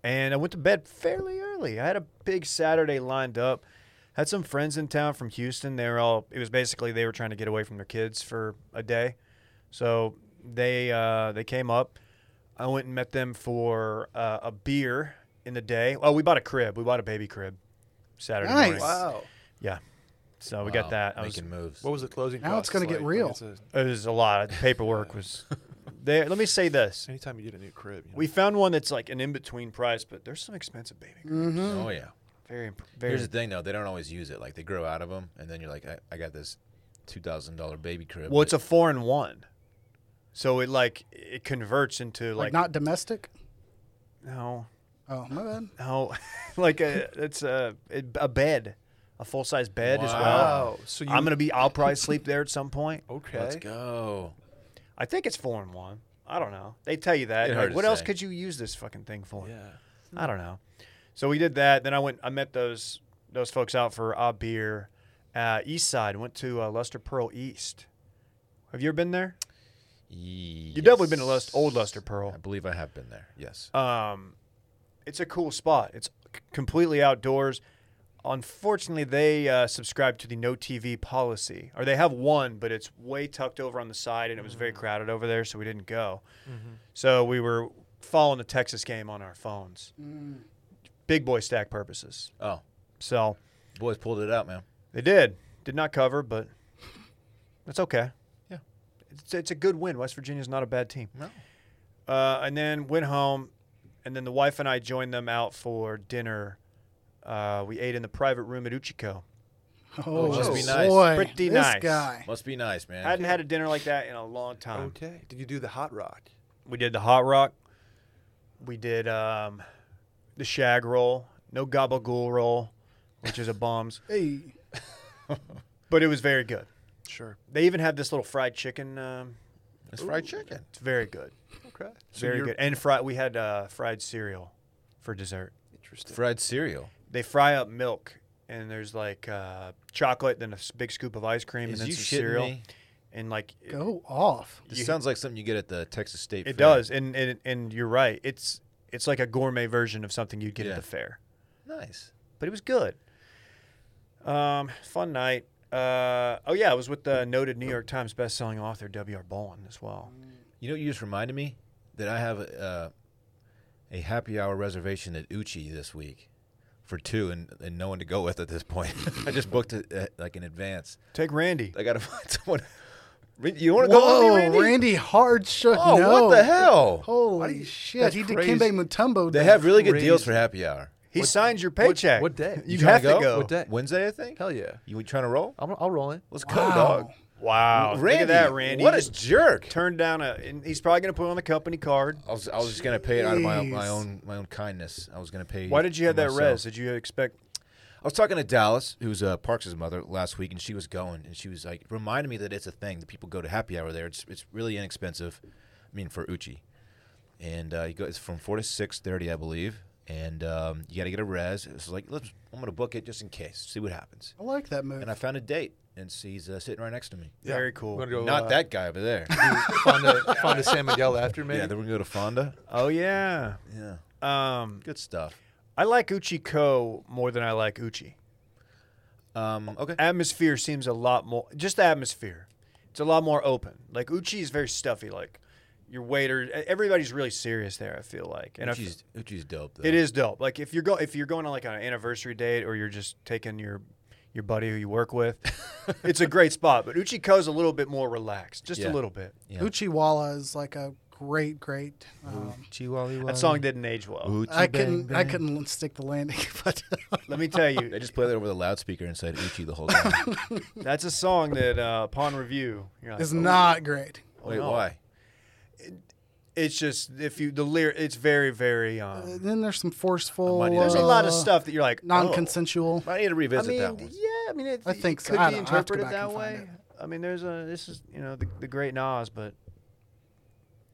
S1: and I went to bed fairly early. I had a big Saturday lined up. Had some friends in town from Houston. They were all. It was basically they were trying to get away from their kids for a day, so they uh, they came up. I went and met them for uh, a beer in the day. Oh, we bought a crib. We bought a baby crib Saturday
S3: Nice.
S1: morning.
S4: Wow.
S1: Yeah, so we got
S2: Wow,
S1: that. I was-
S2: Making moves.
S4: What was the closing
S3: Now it's gonna
S4: costs
S3: get
S4: like? Like,
S3: real.
S4: it's a-
S1: it was a lot. The paperwork was there. Let me say this.
S4: anytime you get a new crib, you know,
S1: We found one that's like an in between price, but there's some expensive baby.
S4: Mm.
S1: cribs.
S2: Oh, yeah.
S1: Very, imp- very.
S2: Here's the thing, though. They don't always use it. Like, they grow out of them, and then you're like, I, I got this $2,000 baby crib.
S1: well, it's
S2: but-
S1: a foreign one, so it like it converts into
S3: Like,
S1: like,
S3: not domestic.
S1: no,
S3: Oh my bad.
S1: no, like a it's a a bed, a full size bed as well.
S4: Wow. So you,
S1: I'm gonna be. I'll probably sleep there at some point.
S4: okay.
S2: Let's go.
S1: I think it's foreign one. I don't know. They tell you that.
S2: It's
S1: Like,
S2: hard to
S1: what else
S2: say.
S1: could you use this fucking thing for?
S4: Yeah.
S1: I don't know. So we did that. Then I went. I met those those folks out for a beer, uh, East Side. Went to uh, Luster Pearl East. Have you ever been there?
S2: You've
S1: definitely been to Lust- old Luster Pearl.
S2: I believe I have been there. Yes.
S1: Um, it's a cool spot. It's c- completely outdoors. Unfortunately, they uh, subscribe to the no TV policy, or they have one, but it's way tucked over on the side, and it was very crowded over there, so we didn't go. So we were following the Texas game on our phones, big boy stack purposes.
S2: Oh,
S1: So
S2: boys pulled it out, man.
S1: they did, did not cover, but that's okay.
S2: Yeah.
S1: it's, it's a good win. West Virginia's not a bad team.
S2: No.
S1: Uh, and then went home, and then the wife and I joined them out for dinner. Uh, we ate in the private room at Uchiko.
S3: Oh,
S2: must
S3: boy,
S2: be nice.
S1: Pretty
S3: this
S1: nice.
S3: guy.
S2: Must be nice, man.
S1: Hadn't had a dinner like that in a long time.
S4: Okay. Did you do the hot rock?
S1: We did the hot rock. We did um, the shag roll. No gabagool roll, which is a bombs.
S3: Hey,
S1: But it was very good.
S4: Sure.
S1: They even have this little fried chicken. Um,
S2: it's fried chicken.
S1: it's very good.
S4: Okay. So
S1: very
S4: you're-
S1: good. And fried. We had uh, fried cereal for dessert.
S4: Interesting.
S2: Fried cereal.
S1: they fry up milk and there's like uh, chocolate, then a s- big scoop of ice cream,
S2: Is
S1: and then
S2: you
S1: some
S2: shitting
S1: cereal,
S2: me?
S1: and like it,
S3: go off.
S2: This
S1: You-
S2: sounds like something you get at the Texas State.
S1: it
S2: Fair.
S1: does. And, and and you're right. It's it's like a gourmet version of something you'd get
S2: Yeah.
S1: at the fair,
S2: Nice.
S1: but it was good. Um, fun night. Uh, oh yeah, I was with the noted New York Times best-selling author W.R. Bolin as well.
S2: You know, what you just reminded me that I have uh, a happy hour reservation at Uchi this week for two, and, and no one to go with at this point. I just booked it uh, like in advance.
S1: Take Randy.
S2: I got to find someone. You want to go on
S3: Whoa,
S2: me,
S3: Randy?
S2: Randy?
S3: hard shook.
S2: Oh,
S3: no.
S2: what the hell?
S4: Why do
S3: Holy
S4: you-
S3: shit!
S4: that's
S3: He did
S4: crazy.
S3: Kimbe Mutombo.
S2: They
S3: did.
S2: have really good deals
S4: Crazy.
S2: for happy hour.
S1: He signs your
S4: What-
S1: paycheck.
S4: What, day?
S1: You
S2: trying
S1: have
S2: to
S1: to
S2: go?
S1: go.
S4: What day?
S2: Wednesday, I think.
S4: Hell yeah.
S2: You trying to roll?
S4: I'm, I'll roll in.
S2: Let's go,
S3: Wow.
S2: dog.
S1: Wow, look at that, Randy.
S2: What
S1: He
S2: a
S1: just
S2: jerk.
S1: turned down a. And he's probably going to put on the company card.
S4: Oh,
S2: I was, I was just gonna pay it out of my, my
S3: Jeez.
S2: own my own kindness. I was gonna pay.
S1: Why did you
S2: for
S1: have that
S2: myself.
S1: res? Did you expect?
S2: I was talking to Dallas, who's uh, Parks' mother, last week, and she was going, and she was like, reminded me that it's a thing that people go to happy hour there. It's it's really inexpensive. I mean, for Uchi, and uh, you go. It's from four to six thirty, I believe, and um, you got to get a res. It's like let's. I'm gonna book it just in case. See what happens.
S3: I like that move.
S2: And I found a date, and she's uh, sitting right next to me.
S1: Very cool.
S4: We're gonna go,
S2: Not
S4: uh,
S2: that guy over there.
S4: Fonda, Fonda San Miguel after me.
S2: yeah, then we can go to Fonda.
S1: Oh yeah.
S2: Yeah,
S1: Um,
S2: good stuff.
S1: I like Uchi Ko more than I like Uchi.
S2: Um, okay.
S1: Atmosphere seems a lot more. Just the atmosphere. It's a lot more open. Like Uchi is very stuffy. Like your waiter, e, everybody's really serious there. I feel like, and I
S2: Uchi's, Uchi's dope though.
S1: It is dope. Like if you're go if you're going on like an anniversary date or you're just taking your your buddy who you work with, it's a great spot. But Uchiko's a little bit more relaxed, just a
S2: Yeah.
S1: little bit.
S2: Yeah. Mm-hmm.
S3: Uchiwala is like a great, great. Um,
S1: That song didn't age well.
S3: I couldn't, I couldn't stick the landing, but
S1: Let me tell
S2: They
S1: you,
S2: just play that over the loudspeaker inside Uchi the whole
S1: Oh,
S2: time.
S1: that's a song that uh, upon review, you're like,
S3: it's
S1: "Oh,
S3: not great.
S2: Wait,
S1: no."
S2: why?
S1: It's just if you the lyric, it's very very
S2: Oh.
S1: um.
S3: Uh, Then there's some forceful.
S2: I might need to-
S1: There's a lot of
S3: uh,
S1: stuff that you're like oh.
S3: Non-consensual.
S2: I need to
S1: I
S2: revisit
S1: mean,
S2: that one.
S1: yeah, I mean, it,
S3: I
S1: it
S3: think so.
S1: could
S3: I
S1: be
S3: don't- I have to go
S1: interpreted
S3: back and
S1: that
S3: find
S1: way. I mean, there's a this is you know the the great Nas, but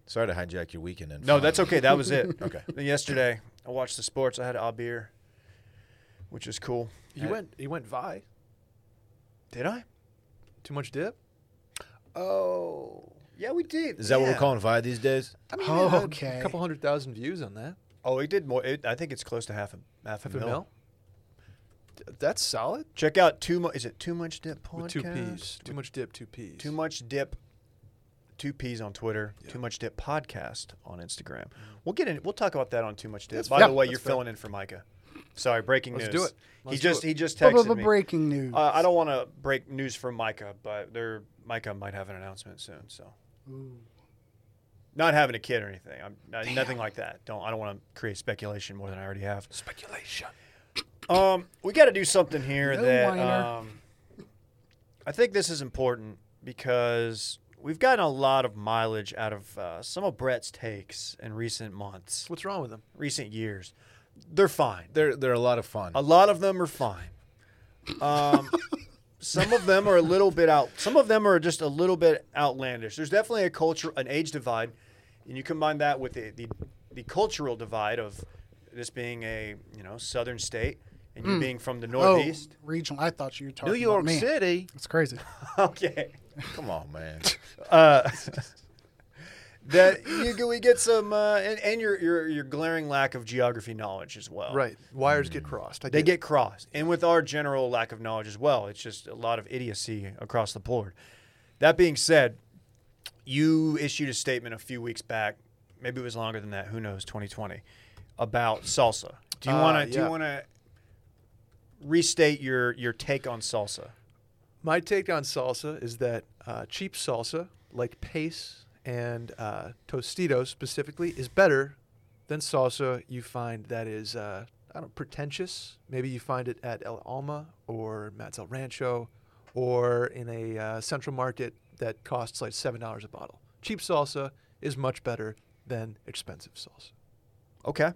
S2: Sorry to hijack your weekend. And
S1: No, that's okay. That was it.
S2: Okay.
S1: Then yesterday, I watched the sports. I had a beer, which is cool.
S4: You went, you went Vi.
S1: Did I?
S4: Too much dip?
S1: Oh, yeah, we did.
S2: Is that what we're
S1: yeah.
S2: calling Vi these days?
S4: I mean,
S3: Oh,
S4: it had
S3: okay.
S4: A couple hundred thousand views on that.
S1: Oh, we did more. It, I think it's close to half a half a,
S4: Half a
S1: mil.
S4: mil. D- That's solid.
S1: Check out too much. Is it too much dip podcast?
S4: With two P's. Too much dip, two P's.
S1: Too much dip. Two P's on Twitter. Too much dip podcast on Instagram. We'll get in. We'll talk about that on Too Much Dip. By
S3: fair.
S1: the way,
S4: That's
S1: you're
S4: fair.
S1: filling in for Micah. Sorry, breaking
S4: Let's do
S1: news.
S4: it. Let's
S1: he
S4: do
S1: just
S4: it.
S1: he just texted me.
S3: Breaking news.
S1: Uh, I don't want to break news from Micah, but there Micah might have an announcement soon. So, not having a kid or anything. I'm not, nothing like that. Don't I don't want to create speculation more than I already have.
S4: Speculation.
S1: Um, we got to do something here
S3: No
S1: that
S3: whiner.
S1: um, I think this is important because we've gotten a lot of mileage out of uh, some of Brett's takes in recent months,
S4: What's wrong with them?
S1: recent years. They're fine.
S2: They're they're a lot of fun.
S1: A lot of them are fine. Um, some of them are a little bit out. Some of them are just a little bit outlandish. There's definitely a culture, an age divide, and you combine that with the the, the cultural divide of this being a you know southern state and you being from the northeast.
S3: Oh, regional. I thought you were talking
S2: New York
S3: about me.
S2: City.
S3: It's crazy.
S1: Okay.
S2: Come on, man.
S1: Uh, that you g- we get some uh, and, and your your your glaring lack of geography knowledge as well.
S4: Right. Wires get crossed. I
S1: They
S4: get,
S1: get crossed. And with our general lack of knowledge as well, it's just a lot of idiocy across the board. That being said, you issued a statement a few weeks back, maybe it was longer than that, who knows, 2020, about salsa. Do you
S4: Uh,
S1: want to do
S4: yeah.
S1: you want to restate your your take on salsa?
S4: My take on salsa is that uh, cheap salsa, like Pace and uh, Tostitos specifically, is better than salsa you find that is, uh, I don't know, pretentious. Maybe you find it at El Alma or Matt's El Rancho or in a uh, central market that costs like $7 a bottle. Cheap salsa is much better than expensive salsa.
S1: Okay.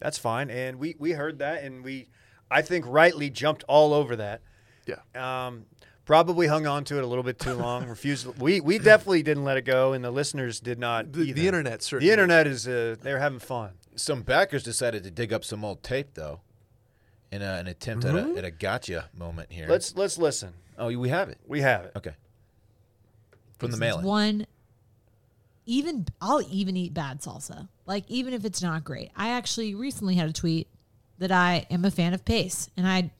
S1: That's fine. And we we heard that and we I think rightly jumped all over that.
S4: Yeah.
S1: um, probably hung on to it a little bit too long. refused. We we definitely didn't let it go, and the listeners did not.
S4: The,
S1: either.
S4: the internet, certainly.
S1: The internet is uh, they're having fun.
S2: Some backers decided to dig up some old tape though, in a, an attempt at, a, at a gotcha moment here.
S1: Let's let's listen.
S2: Oh, we have it.
S1: We have it.
S2: Okay. From the mailing.
S5: One, even I'll even eat bad salsa. Like even if it's not great. I actually recently had a tweet that I am a fan of Pace, and I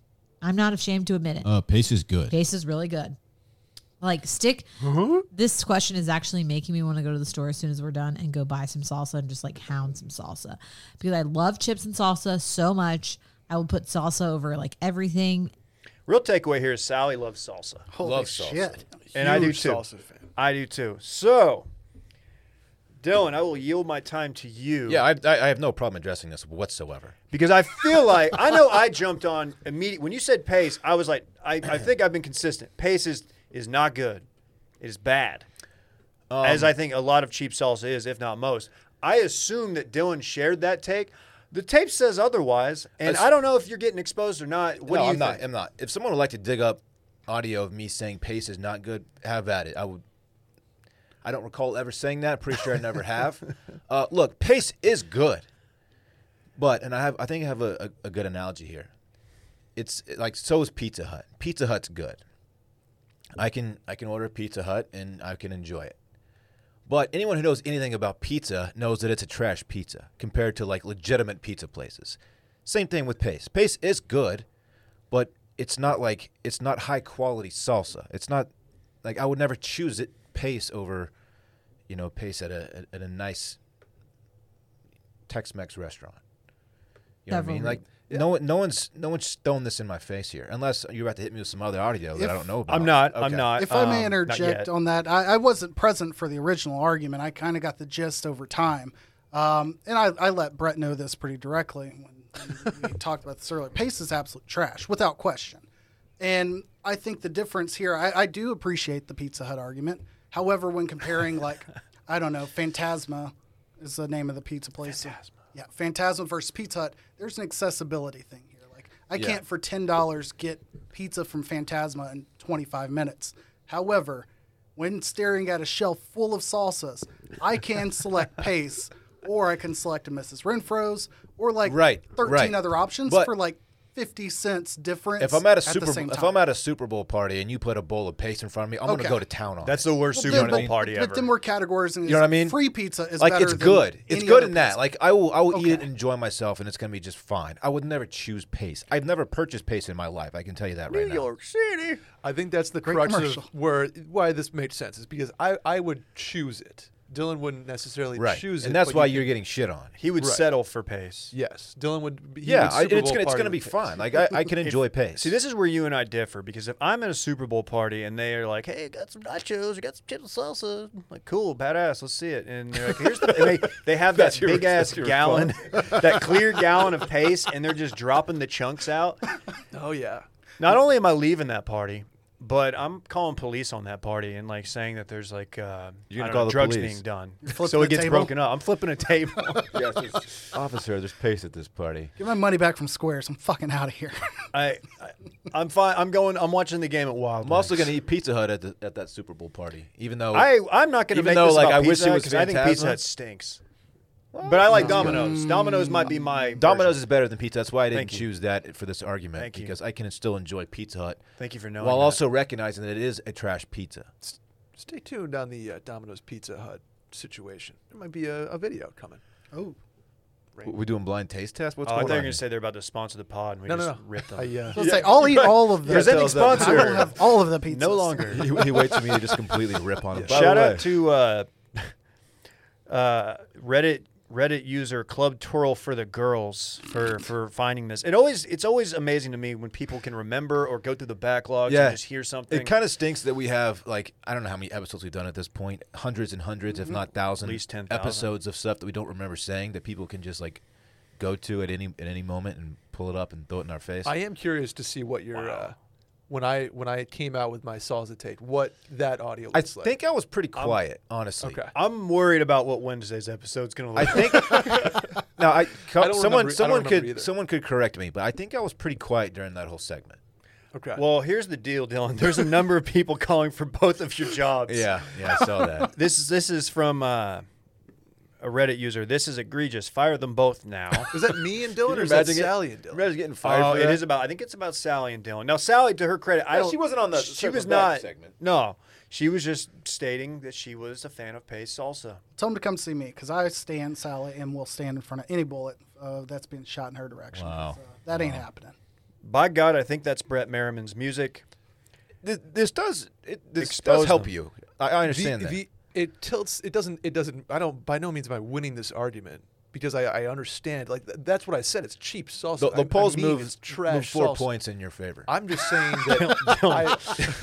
S5: I'm not ashamed to admit it.
S6: Uh, pace is good.
S5: Pace is really good. Like stick.
S2: Uh-huh.
S5: This question is actually making me want to go to the store as soon as we're done and go buy some salsa and just like hound some salsa because I love chips and salsa so much. I will put salsa over like everything
S1: Real takeaway here is Sally loves salsa,
S3: Holy
S2: Love salsa.
S3: shit.
S1: and I do
S4: Huge
S1: too.
S4: salsa fan.
S1: I do too. So, Dylan, I will yield my time to you.
S2: Yeah, I, I, I have no problem addressing this whatsoever.
S1: because I feel like I know I jumped on immediate when you said pace. I was like, I, I think I've been consistent. Pace is is not good. It is bad, as I think a lot of cheap salsa is, if not most. I assume that Dylan shared that take. The tape says otherwise, and I don't know if you're getting exposed or not. What
S2: no,
S1: do you
S2: I'm not.
S1: think?
S2: I'm not. If someone would like to dig up audio of me saying pace is not good, have at it. I would. I don't recall ever saying that. Pretty sure I never have. Uh, look, pace is good, but and I have. I think I have a, a, a good analogy here. It's like so is Pizza Hut. Pizza Hut's good. I can I can order Pizza Hut and I can enjoy it. But anyone who knows anything about pizza knows that it's a trash pizza compared to like legitimate pizza places. Same thing with Pace. Pace is good, but it's not like it's not high quality salsa. It's not like I would never choose it Pace over, you know, Pace at a at a nice Tex-Mex restaurant. You know what I mean?
S5: Definitely.
S2: Like no one, no one's, no one's throwing this in my face here, unless you're about to hit me with some other audio that I
S3: If-
S2: don't know about.
S1: I'm not.
S2: Okay.
S1: I'm not.
S3: If I
S1: Um,
S3: may
S1: not
S3: interject
S1: yet.
S3: on that, I, I wasn't present for the original argument. I kind of got the gist over time. Um, and I, I let Brett know this pretty directly when we talked about this earlier. Pace is absolute trash, without question. And I think the difference here, I, I do appreciate the Pizza Hut argument. However, when comparing, like, I don't know, Phantasma is the name of the pizza place. Phantasma. Yeah, Phantasma versus Pizza Hut, there's an accessibility thing here. Like, I can't for ten dollars get pizza from Phantasma in 25 minutes. However, when staring at a shelf full of salsas, I can select Pace, or I can select a Mrs. Renfro's, or like
S2: Right,
S3: 13
S2: right.
S3: other options
S2: But-
S3: for like 50 cents difference.
S2: If I'm at a
S3: the
S2: Super,
S3: same
S2: if
S3: time.
S2: I'm at a Super Bowl party and you put a bowl of paste in front of me, I'm
S3: Okay.
S2: gonna go to town on
S1: That's
S2: it.
S1: the worst
S3: Well,
S1: Super
S3: then-
S1: Bowl
S3: but-
S1: party ever.
S3: But then we're categorizing.
S2: You know what I mean?
S3: Free pizza is
S2: like
S3: better
S2: it's
S3: than
S2: good. It's
S3: any
S2: good
S3: other
S2: in that.
S3: pizza.
S2: Like I will, I will eat it,
S3: Okay.
S2: enjoy myself, and it's gonna be just fine. I would never choose paste. I've never purchased paste in my life. I can tell you that right now.
S1: City.
S4: I think that's the crux
S3: commercial.
S4: of where why this made sense is because I, I would choose it. Dylan wouldn't necessarily
S2: right?
S4: choose it,
S2: and that's
S4: but
S2: why
S4: you
S2: you're getting shit on.
S1: He would
S4: Right.
S1: settle for pace.
S4: Yes, Dylan would. Be, he
S2: Yeah,
S4: would
S2: I,
S4: Super
S2: it's
S4: Bowl
S2: gonna, it's
S4: party
S2: gonna
S4: with
S2: be
S4: Pace.
S2: fun. Like I, I can enjoy pace.
S1: See, this is where you and I differ because if I'm at a Super Bowl party and they are like, "Hey, got some nachos, we got some chips and salsa," I'm like, "Cool, badass, let's see it." And they're like, "Here's the," and they they have that
S2: That's your-
S1: big ass
S2: that's your
S1: gallon, that clear gallon of paste, and they're just dropping the chunks out.
S4: Oh yeah,
S1: Not only am I leaving that party, but I'm calling police on that party and like saying that there's like uh, I
S2: You're gonna
S1: don't
S2: call
S1: know,
S2: the
S1: drugs
S2: police.
S1: being done,
S3: flipping
S1: so
S3: the
S1: it gets
S3: table?
S1: broken up. I'm flipping a table.
S2: officer, there's pace at this party.
S3: Get my money back from Squares. I'm fucking out of here.
S1: I, I I'm fine. I'm going. I'm watching the game at Wild.
S2: I'm also gonna eat Pizza Hut at, the, at that Super Bowl party, even though
S1: I I'm not going to
S2: Even
S1: make
S2: though,
S1: this
S2: like,
S1: about
S2: I
S1: Pizza
S2: wish it
S1: Hut
S2: was
S1: 'cause I think Pizza
S2: Phantasma.
S1: Hut stinks. But I like Domino's. Domino's might be my
S2: Mm. Domino's
S1: version.
S2: is better than Pizza. That's why I didn't
S1: Thank you.
S2: choose that for this argument
S1: Thank you.
S2: because I can still enjoy Pizza Hut.
S1: Thank you for knowing
S2: While
S1: that.
S2: also recognizing that it is a trash pizza.
S4: S- stay tuned on the uh, Domino's Pizza Hut situation. There might be a, a video coming.
S3: oh,
S2: We're doing blind taste test. What's
S1: Oh, I
S2: going
S1: thought you were
S2: on?
S1: going to say they're about to sponsor the pod, and we
S4: No, no,
S1: just
S4: no.
S1: ripped them.
S4: I, uh,
S3: let's say I'll eat all of them.
S1: Presenting
S3: I
S1: sponsor.
S3: will have all of the pizzas.
S1: no longer.
S2: he, he waits for me to just completely rip on him. By the
S1: Shout
S2: way,
S1: out to uh, uh, Reddit Reddit user Club Twirl for the girls for for finding this. It always it's always amazing to me when people can remember or go through the backlogs
S2: Yeah.
S1: and just hear something.
S2: It kind of stinks that we have like I don't know how many episodes we've done at this point, hundreds and 100s if not thousands,
S1: Mm-hmm. At least 10,000.
S2: episodes of stuff that we don't remember saying that people can just like go to at any at any moment and pull it up and throw it in our face.
S4: I am curious to see what your uh, when I when I came out with my salsa tape, what that audio
S2: I
S4: looks like.
S2: think I was pretty quiet, honestly.
S4: Okay.
S1: I'm worried about what Wednesday's episode's going to
S2: I
S1: look.
S2: think now I, co-
S1: e,
S4: I
S2: someone
S4: don't remember- I don't
S2: someone could
S4: remember either.
S2: someone could correct me, but I think I was pretty quiet during that whole segment.
S4: Okay.
S1: Well, here's the deal, Dylan. There's a number of people calling for both of your jobs.
S2: Yeah, yeah, I saw that.
S1: This is this is from uh, a Reddit user. This is egregious. Fire them both now.
S4: was that me and
S2: you
S4: Dylan, or is that
S2: imagine it-
S4: Sally and Dylan?
S2: Imagine getting
S1: Oh, it is about. I think it's about Sally and Dylan. Now, Sally, to her credit, I
S2: Yeah,
S1: don't.
S2: she wasn't on the
S1: She was
S2: Circle Back
S1: not.
S2: segment.
S1: No, she was just stating that she was a fan of Pace salsa.
S3: Tell them to come see me because I stand Sally and will stand in front of any bullet uh, that's being shot in her direction.
S2: Wow.
S3: So that ain't happening.
S1: By God, I think that's Brett Merriman's music.
S2: This, this does it, this
S1: Expose
S2: does help
S1: them.
S2: you. I, I
S4: The-
S2: understand that.
S4: the- it tilts. It doesn't. It doesn't. I don't. By no means am I winning this argument, because I, I understand. Like th- that's what I said. It's cheap salsa.
S2: The,
S4: I-
S2: the
S4: I
S2: polls
S4: mean
S2: move,
S4: it's trash.
S2: move four
S4: salsa.
S2: points in your favor
S4: I'm just saying that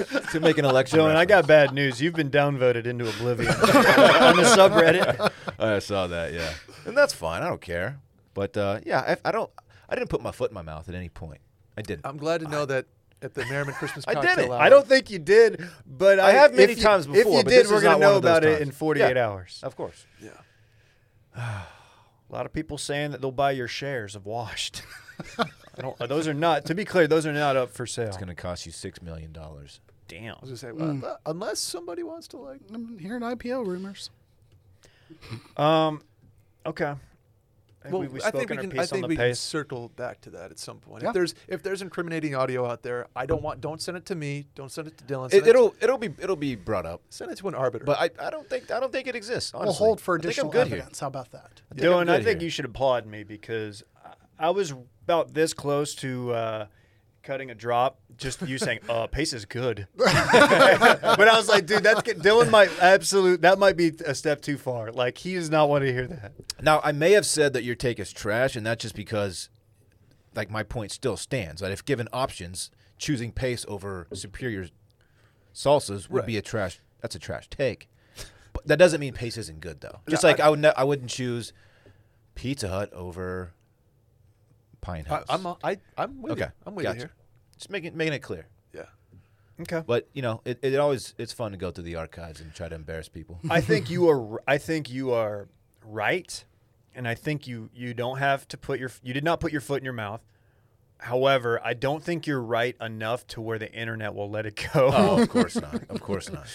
S4: I,
S2: to make an election.
S1: Dylan, I got bad news. You've been downvoted into oblivion on the subreddit.
S2: I saw that. Yeah, and that's fine. I don't care. But uh, yeah, I, I don't. I didn't put my foot in my mouth at any point. I didn't.
S3: Um,
S4: I'm glad to know that at the Merriman Christmas
S2: I did
S4: cocktail
S2: it.
S4: hour,
S1: I don't think you did, but I,
S2: I have many
S1: if you-
S2: times
S1: If
S2: before,
S1: you
S2: but
S1: did,
S2: this
S1: we're
S2: is
S1: gonna
S2: not one
S1: know
S2: of those
S1: about it
S2: times.
S1: in 48
S2: Yeah.
S1: hours.
S2: of course.
S4: Yeah.
S1: A lot of people saying that they'll buy your shares of Washed. I don't, those are not. To be clear, those are not up for sale.
S2: It's gonna cost you six million dollars.
S1: Damn.
S4: I was gonna say well, uh, unless somebody wants to like
S3: I'm hearing IPO rumors.
S1: Um. Okay. I think
S4: Well,
S1: we, we've
S4: I think
S1: spoken
S4: we
S1: our
S4: can. I
S1: piece on
S4: think
S1: the
S4: we can
S1: pace.
S4: circle back to that at some point.
S3: Yeah.
S4: If there's if there's incriminating audio out there, I don't want. Don't send it to me. Don't send it to Dylan. Send
S2: It,
S4: it, to-
S2: it'll it'll be it'll be brought up.
S4: send it to an arbiter.
S2: But I, I don't think I don't think it exists. Honestly.
S3: We'll hold for
S2: I think I'm
S3: additional
S2: good here.
S3: evidence. How about that?
S2: I think I'm
S1: Dylan, I
S2: good
S1: think
S2: here.
S1: you should applaud me because I- I was about this close to uh, cutting a drop. Just you saying, "Uh, pace is good," but I was like, "Dude, that's good. Dylan might absolute. That might be a step too far. Like he does not want to hear that."
S2: Now, I may have said that your take is trash, and that's just because, like, my point still stands. That if given options, choosing pace over superior salsas would be a trash. That's a trash take. But that doesn't mean pace isn't good, though. Just like I, would, ne- I wouldn't choose Pizza Hut over Pine
S4: I,
S2: House.
S4: I'm a- I I'm with you.
S2: okay.
S4: I'm with
S2: gotcha.
S4: you here.
S2: Just making making it clear.
S4: Yeah.
S1: Okay.
S2: But you know, it, it always it's fun to go through the archives and try to embarrass people.
S1: I think you are. r- I think you are right, and I think you you don't have to put your you did not put your foot in your mouth. However, I don't think you're right enough to where the internet will let it go.
S2: Oh, of course not. Of course not.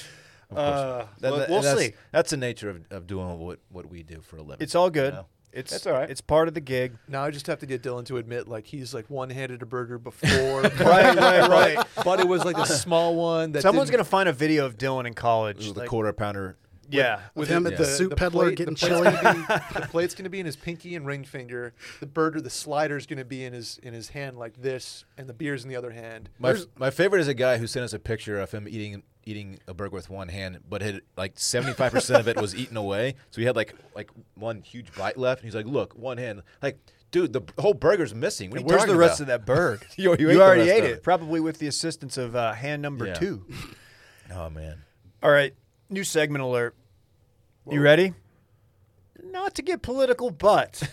S2: Of course
S1: Uh,
S2: not. That-
S1: well,
S2: that-
S1: we'll
S2: that's,
S1: see.
S2: That's the nature of, of doing what, what we do for a living.
S1: It's all good.
S2: No.
S1: It's
S2: That's all right.
S1: It's part of the gig.
S4: Now I just have to get Dylan to admit like he's like one-handed a burger before.
S1: Right, right, right.
S4: But it was like a small one that
S1: Someone's
S4: didn't-
S1: gonna find a video of Dylan in college.
S2: Ooh, the
S1: like-
S2: quarter pounder.
S1: yeah.
S3: With him at the soup peddler getting
S4: plate's
S3: chili.
S4: gonna be- the plate's going to be in his pinky and ring finger. The burger, the slider's going to be in his in his hand like this, and the beer's in the other hand.
S2: My, my favorite is a guy who sent us a picture of him eating eating a burger with one hand, but had like seventy five percent of it was eaten away. So he had like like one huge bite left, and he's like, "Look, one hand." Like, dude, the b- whole burger's missing. What are you
S1: Where's
S2: talking
S1: the rest
S2: about?
S1: of that bird?
S2: You- you ate the
S1: already
S2: rest
S1: ate
S2: of
S1: it,
S2: it.
S1: probably with the assistance of uh, hand number
S2: Yeah.
S1: two.
S2: Oh man.
S1: All right, new segment alert. You ready? Not to get political, but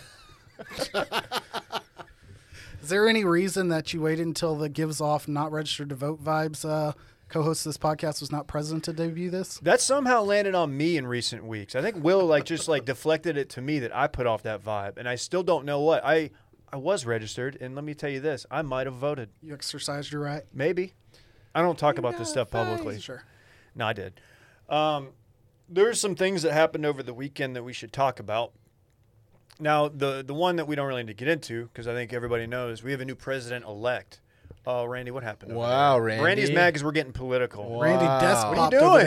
S3: Is there any reason that you waited until the gives off not registered to vote vibes uh, co-host of this podcast was not present to debut this?
S1: that somehow landed on me in recent weeks. I think Will like just like deflected it to me that I put off that vibe, and I still don't know what I I was registered, and let me tell you this, I might have voted.
S3: You exercised your right.
S1: Maybe. I don't talk about this stuff publicly.
S3: Sure.
S1: No, I did. Um, there's some things that happened over the weekend that we should talk about. Now, the the one that we don't really need to get into because I think everybody knows we have a new president elect. Oh, Randy, what happened? over
S2: Wow,
S1: there?
S2: Randy.
S1: Randy's mad because we're getting political.
S3: Randy
S2: Wow. What
S3: desk
S1: are you
S3: popped over
S1: doing?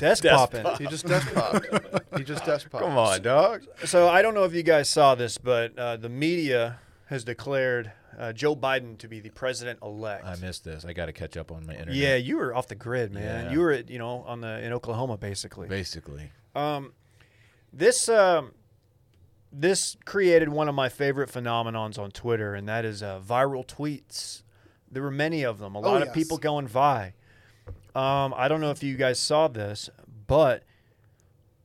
S1: Desk popping.
S4: He just dust popped. he just dust popped.
S2: Come on, dog.
S1: So I don't know if you guys saw this, but uh, the media has declared uh, Joe Biden to be the president elect.
S2: I missed this. I got to catch up on my internet.
S1: yeah, you were off the grid, man.
S2: Yeah.
S1: You were, at, you know, on the in Oklahoma, basically.
S2: Basically.
S1: Um, this um, this created one of my favorite phenomenons on Twitter, and that is uh, viral tweets. There were many of them. A lot of
S3: yes.
S1: people going vi. Um, I don't know if you guys saw this, but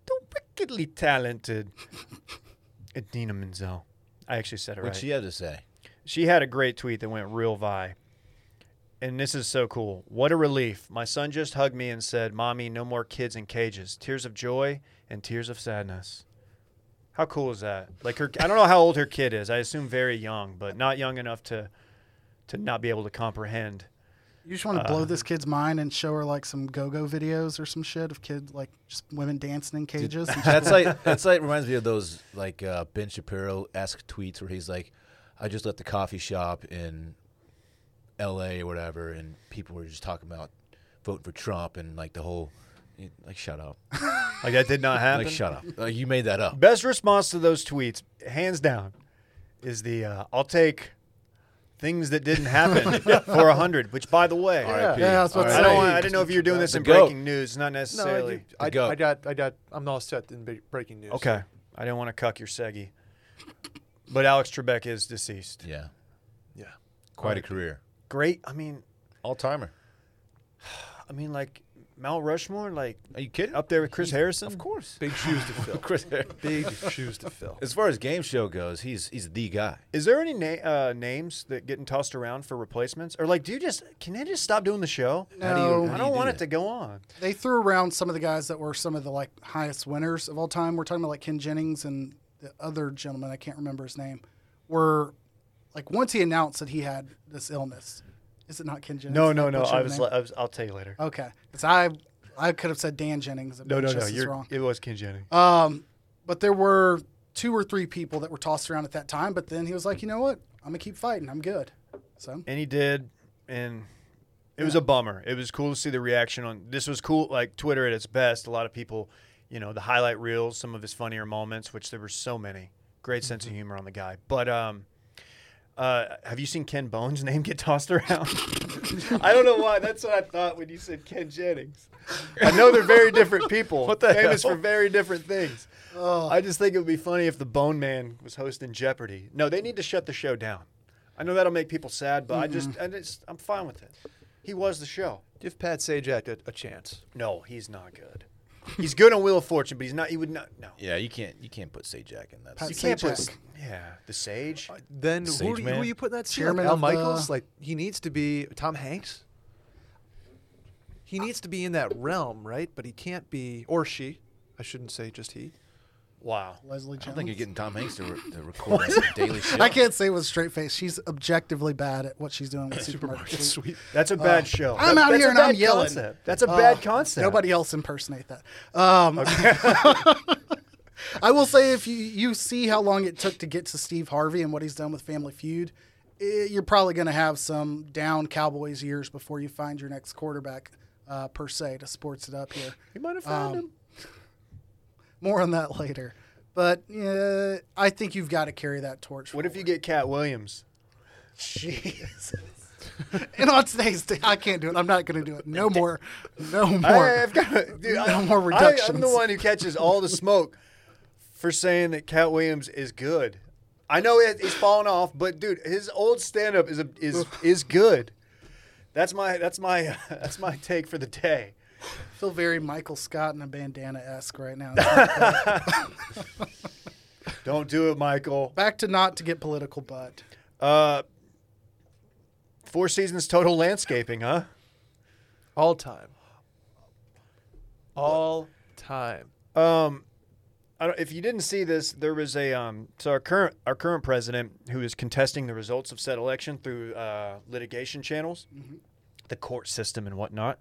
S1: the wickedly talented Adina Menzel. I actually said it
S2: What
S1: right.
S2: she had to say.
S1: She had a great tweet that went real vi. And this is so cool. What a relief. My son just hugged me and said, Mommy, no more kids in cages. Tears of joy and tears of sadness. How cool is that? Like her I don't know how old her kid is. I assume very young, but not young enough to to not be able to comprehend.
S3: You just want to
S1: Uh,
S3: blow this kid's mind and show her like some go-go videos or some shit of kid like just women dancing in cages. and shit.
S2: That's like that's like reminds me of those like uh, Ben Shapiro esque tweets where he's like, I just left the coffee shop in L.A. or whatever, and people were just talking about voting for Trump and like the whole like shut up,
S1: Like that did not happen.
S2: like shut up, like, you made that up.
S1: Best response to those tweets, hands down, is the uh, I'll take things that didn't happen for a hundred, which by the way,
S2: R.I.P.
S3: Yeah, I was about to
S1: I,
S2: R.I.P.
S1: don't
S3: Say,
S1: want- I didn't know if you were doing this
S2: The
S1: in
S2: goat.
S1: breaking news. Not
S4: No,
S1: necessarily.
S4: you, I,
S2: The goat.
S4: I got I got. I'm all set in big- breaking news.
S1: okay. I didn't want to cuck your Seggy. But Alex Trebek is deceased.
S2: Yeah.
S4: Yeah.
S2: Quite a career.
S1: Great. I mean,
S2: All timer.
S1: I mean, like Mount Rushmore, like
S2: Are you kidding?
S1: up there with Chris Harrison.
S2: Of course.
S4: Big shoes to fill.
S2: Chris Harris.
S4: Big shoes to fill.
S2: As far as game show goes, he's he's the guy.
S1: Is there any na- uh, names that getting tossed around for replacements, or like, do you just can they just stop doing the show?
S3: How do you- No. how do
S1: I
S2: you
S1: don't
S2: do
S1: want
S2: that?
S1: it to go on.
S3: They threw around some of the guys that were some of the like highest winners of all time. We're talking about like Ken Jennings and the other gentleman I can't remember his name. Were like once he announced that he had this illness, is it not Ken Jennings?
S1: No,
S3: Did
S1: no, no.
S3: butcher
S1: I
S3: the
S1: was,
S3: name?
S1: like, I was, I'll tell you later.
S3: okay, 'Cause I I could have said Dan Jennings.
S1: no, no, no.
S3: Just as
S1: You're
S3: wrong.
S1: It was Ken Jennings.
S3: Um, but there were two or three people that were tossed around at that time. But then he was like, you know what? I'm gonna keep fighting. I'm good. So
S1: and he did, and it was a bummer. It was cool to see the reaction on. This was cool, like Twitter at its best. A lot of people, you know, the highlight reels, some of his funnier moments, which there were so many. Great sense of humor on the guy. But um, uh, have you seen Ken Bones' name get tossed around? I don't know why. That's what I thought when you said Ken Jennings. I know they're very different people, famous for very different things. I just think it would be funny if the Bone Man was hosting Jeopardy. No, they need to shut the show down. I know that'll make people sad, but I just, I just, I'm fine with it. He was the show.
S4: Give Pat Sajak a, a chance.
S1: No, he's not good. He's good on Wheel of Fortune, but he's not. He would not. No,
S2: Yeah, you can't you can't put Sajak in that.
S3: Pat
S1: you can't put.
S3: Sajak.
S1: Yeah, the Sage.
S4: Uh, Then who,
S2: Sage
S4: do you-
S2: man.
S4: who you put in that seat?
S3: Chairman
S4: Like Al
S3: of the-
S4: Michaels? Like he needs to be Tom Hanks. He needs to be in that realm, right? But he can't be, or she. I shouldn't say just he.
S1: Wow.
S3: Leslie
S2: I
S3: Jones.
S2: don't think you're getting Tom Hanks to, re- to record that Daily Show.
S3: I can't say with a straight face. She's objectively bad at what she's doing with supermarket.
S4: Market
S3: sweep.
S4: sweep.
S1: That's a bad show.
S3: Oh. I'm
S1: That-
S3: out
S1: that's
S3: here
S1: a
S3: and I'm
S1: bad
S3: yelling.
S1: concept. That's a
S3: Uh,
S1: bad concept.
S3: Nobody else impersonate that. Um, I will say, if you, you see how long it took to get to Steve Harvey and what he's done with Family Feud, eh, you're probably going to have some down Cowboys years before you find your next quarterback, uh, per se, to sports it up here. Um,
S1: You might have found him.
S3: More on that later. But yeah, I think you've got to carry that torch.
S1: What if you
S3: forward.
S1: get Cat Williams?
S3: Jesus. and on today's day, I can't do it. I'm not going to do it. No more. No more.
S1: I, I've got dude,
S3: No more
S1: I, I'm
S3: reductions.
S1: the one who catches all the smoke for saying that Cat Williams is good. I know it, he's fallen off, but dude, his old stand-up is a, is is good. That's my that's my that's my take for the day.
S3: feel very Michael Scott in a bandana esque right now.
S1: Don't do it, Michael.
S3: Back to not to get political, but
S1: Uh, Four Seasons Total Landscaping, huh?
S4: All time. All time.
S1: Um, I don't, if you didn't see this, there was a um, so our current our current president who is contesting the results of said election through uh, litigation channels, the court system and whatnot.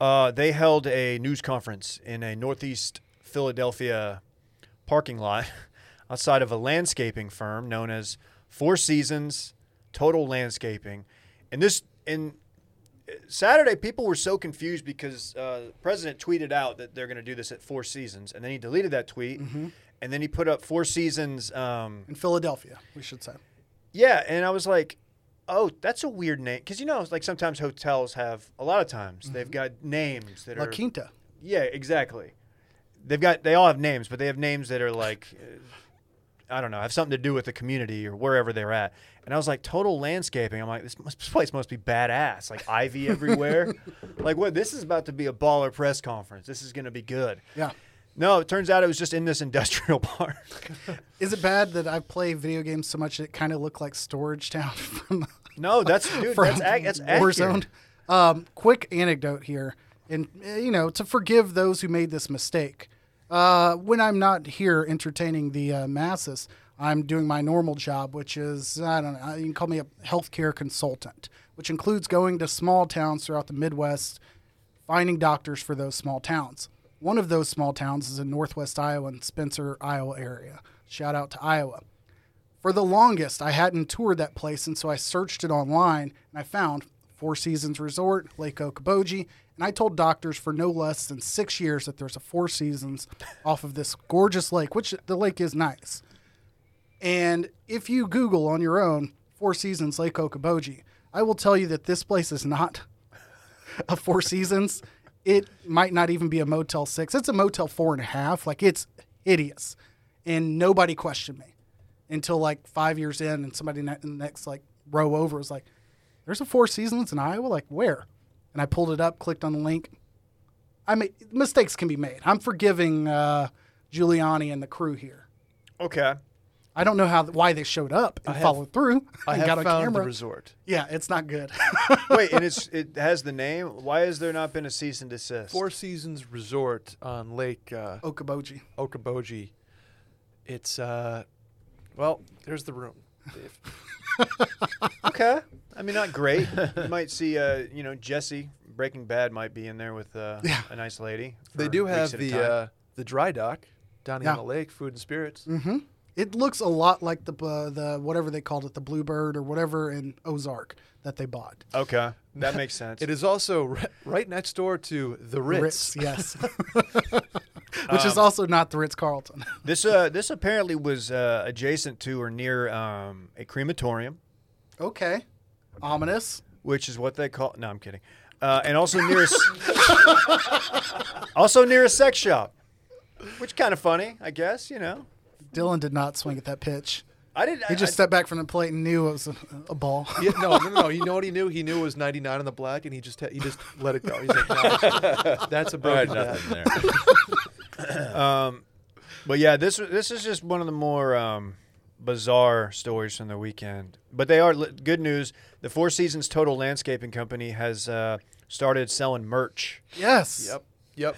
S1: Uh, they held a news conference in a northeast Philadelphia parking lot outside of a landscaping firm known as Four Seasons Total Landscaping, and this and Saturday, people were so confused because uh, the president tweeted out that they're going to do this at Four Seasons, and then he deleted that tweet, and then he put up Four Seasons. Um,
S3: in Philadelphia, we should say.
S1: yeah, and I was like, oh, that's a weird name because you know, like sometimes hotels have a lot of times they've got names that
S3: La
S1: are
S3: Quinta.
S1: yeah, exactly. They've got they all have names, but they have names that are like uh, I don't know, have something to do with the community or wherever they're at. And I was like, total landscaping. I'm like, this, must, this place must be badass. Like ivy everywhere. like what? This is about to be a baller press conference. This is going to be good.
S3: Yeah.
S1: No, it turns out it was just in this industrial park.
S3: Is it bad that I play video games so much it kind of looked like Storage Town from
S1: no, that's dude.
S3: from
S1: that's ac- that's
S3: Warzone?
S1: accurate.
S3: Um, quick anecdote here, and eh, you know to forgive those who made this mistake. Uh, when I'm not here entertaining the uh, masses, I'm doing my normal job, which is I don't know. You can call me a healthcare consultant, which includes going to small towns throughout the Midwest finding doctors for those small towns. One of those small towns is in northwest Iowa and Spencer, Iowa area. Shout out to Iowa. For the longest, I hadn't toured that place, and so I searched it online and I found Four Seasons Resort, Lake Okoboji, and I told doctors for no less than six years that there's a Four Seasons off of this gorgeous lake, which the lake is nice. And if you Google on your own Four Seasons Lake Okoboji, I will tell you that this place is not a Four Seasons. It might not even be a Motel Six. It's a Motel Four and a Half. Like it's hideous. and nobody questioned me until like five years in, and somebody ne- in the next like row over was like, "There's a Four Seasons in Iowa, like where?" And I pulled it up, clicked on the link. I mean, mistakes can be made. I'm forgiving uh, Giuliani and the crew here.
S1: Okay.
S3: I don't know how why they showed up and
S4: I have-
S3: followed through.
S4: I
S3: and
S4: have
S3: got on
S4: found
S3: camera.
S4: the resort.
S3: yeah, it's not good.
S1: Wait, and it's it has the name. Why has there not been a cease and desist?
S4: Four Seasons Resort on Lake uh,
S3: Okaboji.
S4: Okoboji. It's uh, well, there's the room. Dave.
S1: Okay. I mean, not great. you might see, uh, you know, Jesse Breaking Bad might be in there with uh,
S3: Yeah.
S1: a nice lady.
S4: They
S1: for
S4: do
S1: weeks
S4: have
S1: at a
S4: the
S1: time.
S4: uh, the dry dock down
S3: Yeah.
S4: on the lake, food and spirits.
S3: It looks a lot like the uh, the whatever they called it, the Bluebird or whatever in Ozark that they bought.
S1: okay, that makes sense.
S4: It is also ri- right next door to the Ritz. Um,
S3: Ritz, yes. Which is also not the Ritz Carlton.
S1: This uh, this apparently was uh, adjacent to or near um, a crematorium,
S3: okay. Ominous.
S1: which is what they call. No, I'm kidding. Uh, and also near, a s- also near a sex shop, which kind of funny, I guess. You know,
S3: Dylan did not swing at that pitch.
S1: I didn't. I,
S3: He just
S1: I,
S3: stepped back from the plate and knew it was a, a ball.
S4: Yeah, no, no, no, no. You know what he knew? He knew it was 99 on the black, and he just he just let it go. He's like, no, that's a
S2: I had
S4: broken bat.
S2: nothing there.
S1: but yeah, this this is just one of the more um, bizarre stories from the weekend. But they are li- good news. The Four Seasons Total Landscaping Company has uh, started selling merch,
S3: yes.
S4: Yep, yep.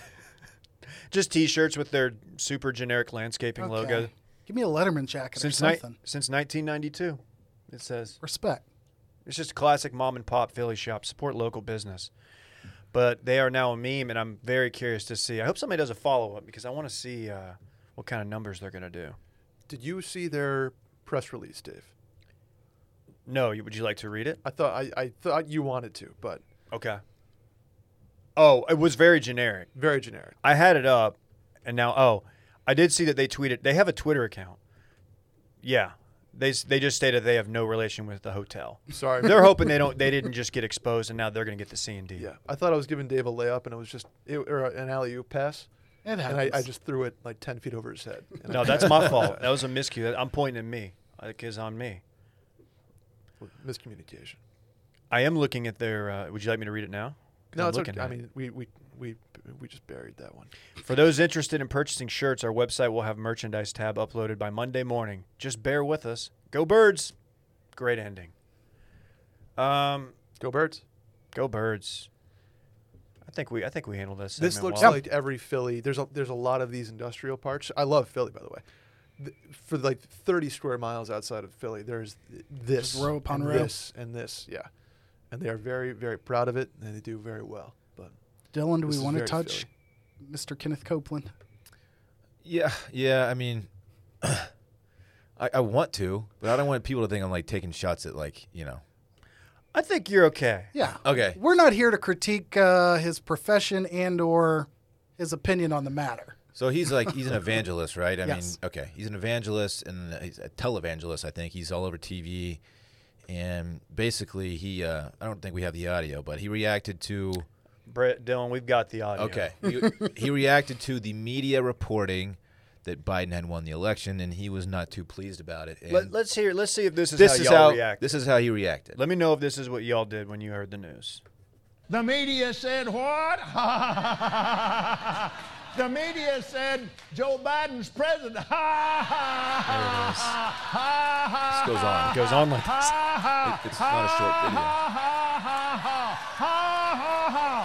S1: just T-shirts with their super generic landscaping
S3: Okay.
S1: logo
S3: Give me a Letterman jacket
S1: since
S3: or
S1: ni-
S3: something.
S1: since 1992. It says.
S3: Respect.
S1: It's just a classic mom and pop Philly shop. Support local business. But they are now a meme, and I'm very curious to see. I hope somebody does a follow up because I want to see uh, what kind of numbers they're going to do.
S4: Did you see their press release, Dave?
S1: No, you, would you like to read it?
S4: I thought I, I thought you wanted to, but
S1: Okay. Oh, it was very generic.
S4: very generic.
S1: I had it up, and now oh, I did see that they tweeted. They have a Twitter account. Yeah, they s- they just stated they have no relation with the hotel.
S4: Sorry.
S1: They're hoping they don't. They didn't just get exposed, and now they're going to get the C and D.
S4: yeah, I thought I was giving Dave a layup, and it was just it, or an alley oop pass,
S3: It
S4: and I,
S3: happens.
S4: I just threw it like 10 feet over his head. And
S1: No,
S4: I
S1: that's my fault. That was a miscue. That- I'm pointing at me. Like, is on me.
S4: miscommunication.
S1: I am looking at their. Uh, would you like me to read it now? 'Cause
S4: No,
S1: I'm
S4: it's
S1: looking
S4: okay. I
S1: at it.
S4: mean, we we we we just buried that one.
S1: for those interested in purchasing shirts, our website will have merchandise tab uploaded by Monday morning. Just bear with us. Go birds! Great ending. Um,
S4: Go birds.
S1: go birds. I think we. I think we handled this.
S4: This
S1: segment
S4: looks
S1: well.
S4: like every Philly. There's a there's a lot of these industrial parks. I love Philly, by the way. Th- For like 30 square miles outside of Philly, there's th- this
S3: Just row upon
S4: and
S3: row.
S4: this and this, yeah. And they are very very proud of it, and they do very well. But
S3: Dylan, do
S4: This
S3: we
S4: is
S3: want to
S4: very
S3: touch Mr. Kenneth Copeland?
S2: Yeah, yeah. I mean, I, I want to, but I don't want people to think I'm like taking shots at like you know.
S1: I think you're okay.
S3: Yeah.
S2: Okay.
S3: We're not here to critique uh, his profession and or his opinion on the matter.
S2: So he's like he's an evangelist, right? I
S3: Yes.
S2: mean, okay, he's an evangelist and he's a televangelist. I think he's all over TV, and basically he. Uh, I don't think we have the audio, but he reacted to.
S1: Brett, Dylan, we've got the audio.
S2: Okay. he, he reacted to the media reporting that Biden had won the election, and he was not too pleased about it. And
S1: Let, let's hear. Let's see if this is
S2: this
S1: how
S2: is
S1: y'all
S2: how
S1: react.
S2: this is how he reacted.
S1: Let me know if this is what y'all did when you heard the news.
S6: The media said what? the media said Joe Biden's president.
S2: This goes on.
S1: It goes on like this.
S2: It- it's not a short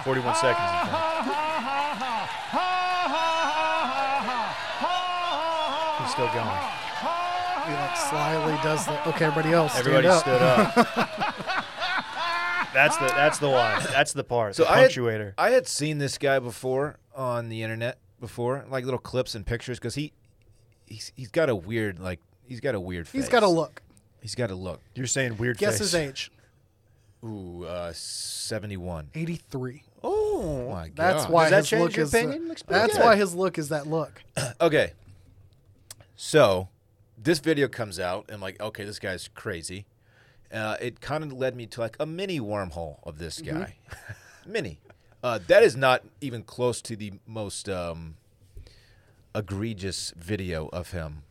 S2: video.
S1: 41 seconds. in fact. He's still going.
S3: He like slyly does the okay, everybody else. stand
S1: Everybody
S3: up.
S1: stood up. that's the that's the line. That's the part.
S2: So
S1: the
S2: I had-
S1: punctuator.
S2: I had seen this guy before on the internet before, like little clips and pictures, because he he's, he's got a weird like he's got a weird. Face.
S3: He's got a look.
S2: He's got a look.
S1: You're saying weird.
S3: Guess
S1: face.
S3: his age.
S2: Ooh, uh, seventy-one.
S3: 83.
S2: Oh my god.
S3: That's
S1: Does
S3: why
S1: that
S3: his
S1: change
S3: look
S1: your
S3: is the-
S1: opinion? Looks pretty
S3: That's
S1: good.
S3: why his look is that look.
S2: Okay. So this video comes out, and I'm like, okay, this guy's crazy. Uh, it kind of led me to like a mini wormhole of this guy. mini. Uh, that is not even close to the most um, egregious video of him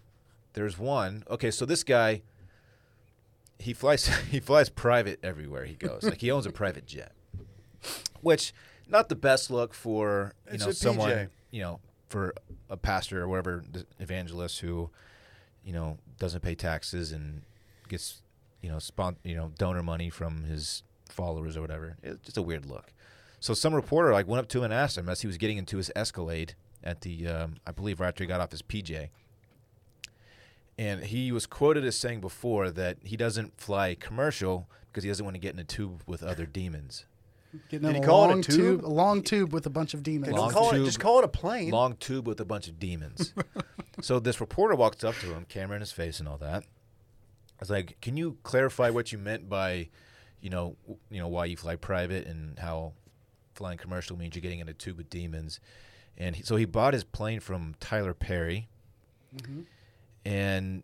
S2: There's one. Okay, so this guy, he flies he flies private everywhere he goes. like he owns a private jet, which not the best look for you
S1: It's
S2: know
S1: a
S2: someone
S1: PJ.
S2: you know for a pastor or whatever the evangelist who you know doesn't pay taxes and gets you know spon- you know donor money from his followers or whatever. It's just a weird look. So some reporter like went up to him and asked him as he was getting into his Escalade at the um, I believe right after he got off his PJ. And he was quoted as saying before that he doesn't fly commercial because he doesn't want to get in a tube with other demons.
S3: Getting in
S1: Did
S3: a
S1: he call it a
S3: long
S1: tube?
S3: a long tube with a bunch of demons.
S2: Long
S1: Don't call it,
S2: tube.
S1: just call it a plane.
S2: Long tube with a bunch of demons. so this reporter walks up to him, camera in his face and all that. I was like, "Can you clarify what you meant by, you know, w- you know why you fly private and how flying commercial means you're getting in a tube with demons?" And he, so he bought his plane from Tyler Perry, and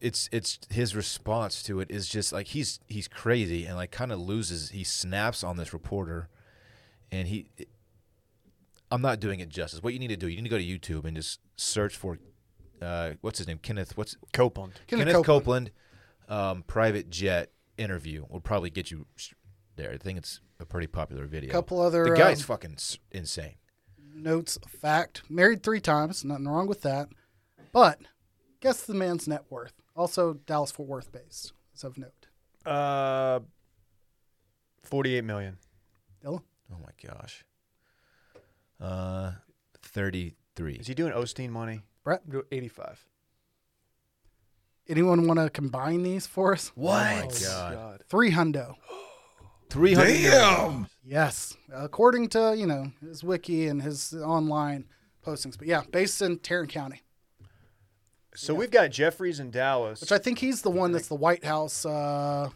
S2: it's it's his response to it is just like he's he's crazy and like kind of loses. He snaps on this reporter, and he I'm not doing it justice. What you need to do, you need to go to YouTube and just search for, uh, what's his name, Kenneth, what's
S1: Copeland.
S3: Kenneth
S2: Kenneth, Copeland,
S3: Copeland.
S2: um, private jet interview will probably get you sh- there. I think it's a pretty popular video.
S3: Couple other,
S2: the guy's
S3: um,
S2: fucking s- insane.
S3: Notes a fact. Married three times. Nothing wrong with that. But guess the man's net worth. Also Dallas Fort Worth based. Is of note.
S1: Uh, forty-eight million.
S3: Dylan.
S2: Oh my gosh. Uh, thirty three.
S1: Is he doing Osteen money?
S4: Do 85.
S3: Anyone want to combine these for us?
S2: What? Oh my
S4: Oh,
S2: god.
S4: God.
S3: Three hundo.
S2: Three hundred.
S6: Damn!
S3: Yes, according to you know his wiki and his online postings. But yeah, based in Tarrant County,
S1: So we've got Jeffries in Dallas.
S3: which I think he's the one that's the White House uh,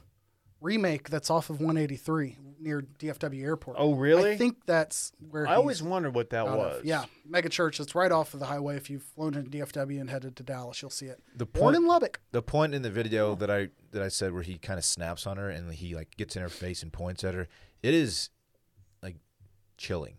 S3: remake that's off of 183 near DFW Airport.
S1: Oh, really?
S3: I think that's where.
S1: I
S3: he's
S1: always wondered what that
S3: out
S1: was.
S3: Of. Yeah, mega church. It's right off of the highway. If you've flown into DFW and headed to Dallas, you'll see it.
S2: The
S3: Born
S2: point-
S3: in Lubbock.
S2: The point in the video that I that I said where he kind of snaps on her and he like gets in her face and points at her. It is like chilling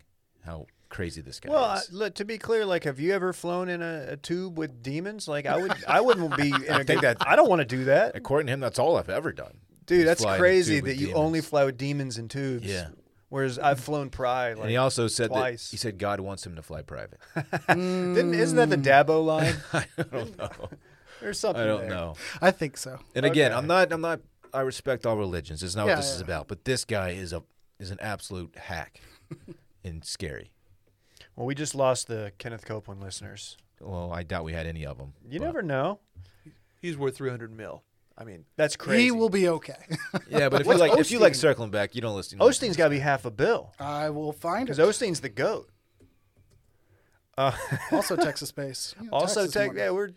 S2: how crazy this guy
S1: Well, I,
S2: is.
S1: look, to be clear, like, have you ever flown in a, a tube with demons? Like, I would, I wouldn't be. In a
S2: think
S1: good-
S2: that-
S1: I don't want to do that,
S2: According to him, that's all I've ever done.
S1: dude.
S2: is
S1: That's
S2: fly in a
S1: crazy
S2: tube
S1: that
S2: with
S1: you only
S2: demons.
S1: fly with demons in tubes.
S2: Yeah.
S1: Whereas I've flown pride. Like,
S2: and he also said
S1: twice.
S2: that he said God wants him to fly private.
S1: Didn't, isn't that the Dabo line?
S2: Mm. I don't know.
S1: There's something.
S2: I don't
S1: there.
S2: know.
S3: I think so.
S2: And again, I'm not. I'm not. I respect all religions. It's not
S3: Yeah,
S2: what this is
S3: yeah.
S2: about. But this guy is a is an absolute hack and scary.
S1: Well, we just lost the Kenneth Copeland listeners.
S2: Well, I doubt we had any of them.
S1: You never know.
S4: He's worth 300 mil. I mean,
S1: That's crazy.
S3: He will be okay.
S2: Yeah, but if you
S1: What's
S2: like, if you like
S1: Osteen?
S2: circling back, you don't listen. you don't listen
S1: Osteen's
S2: to
S1: got to be half a bill
S3: I will find it.
S1: because Osteen's the goat.
S3: also Texas based. You know,
S1: Also,
S3: Texas
S1: tech,
S3: money.
S1: yeah, we're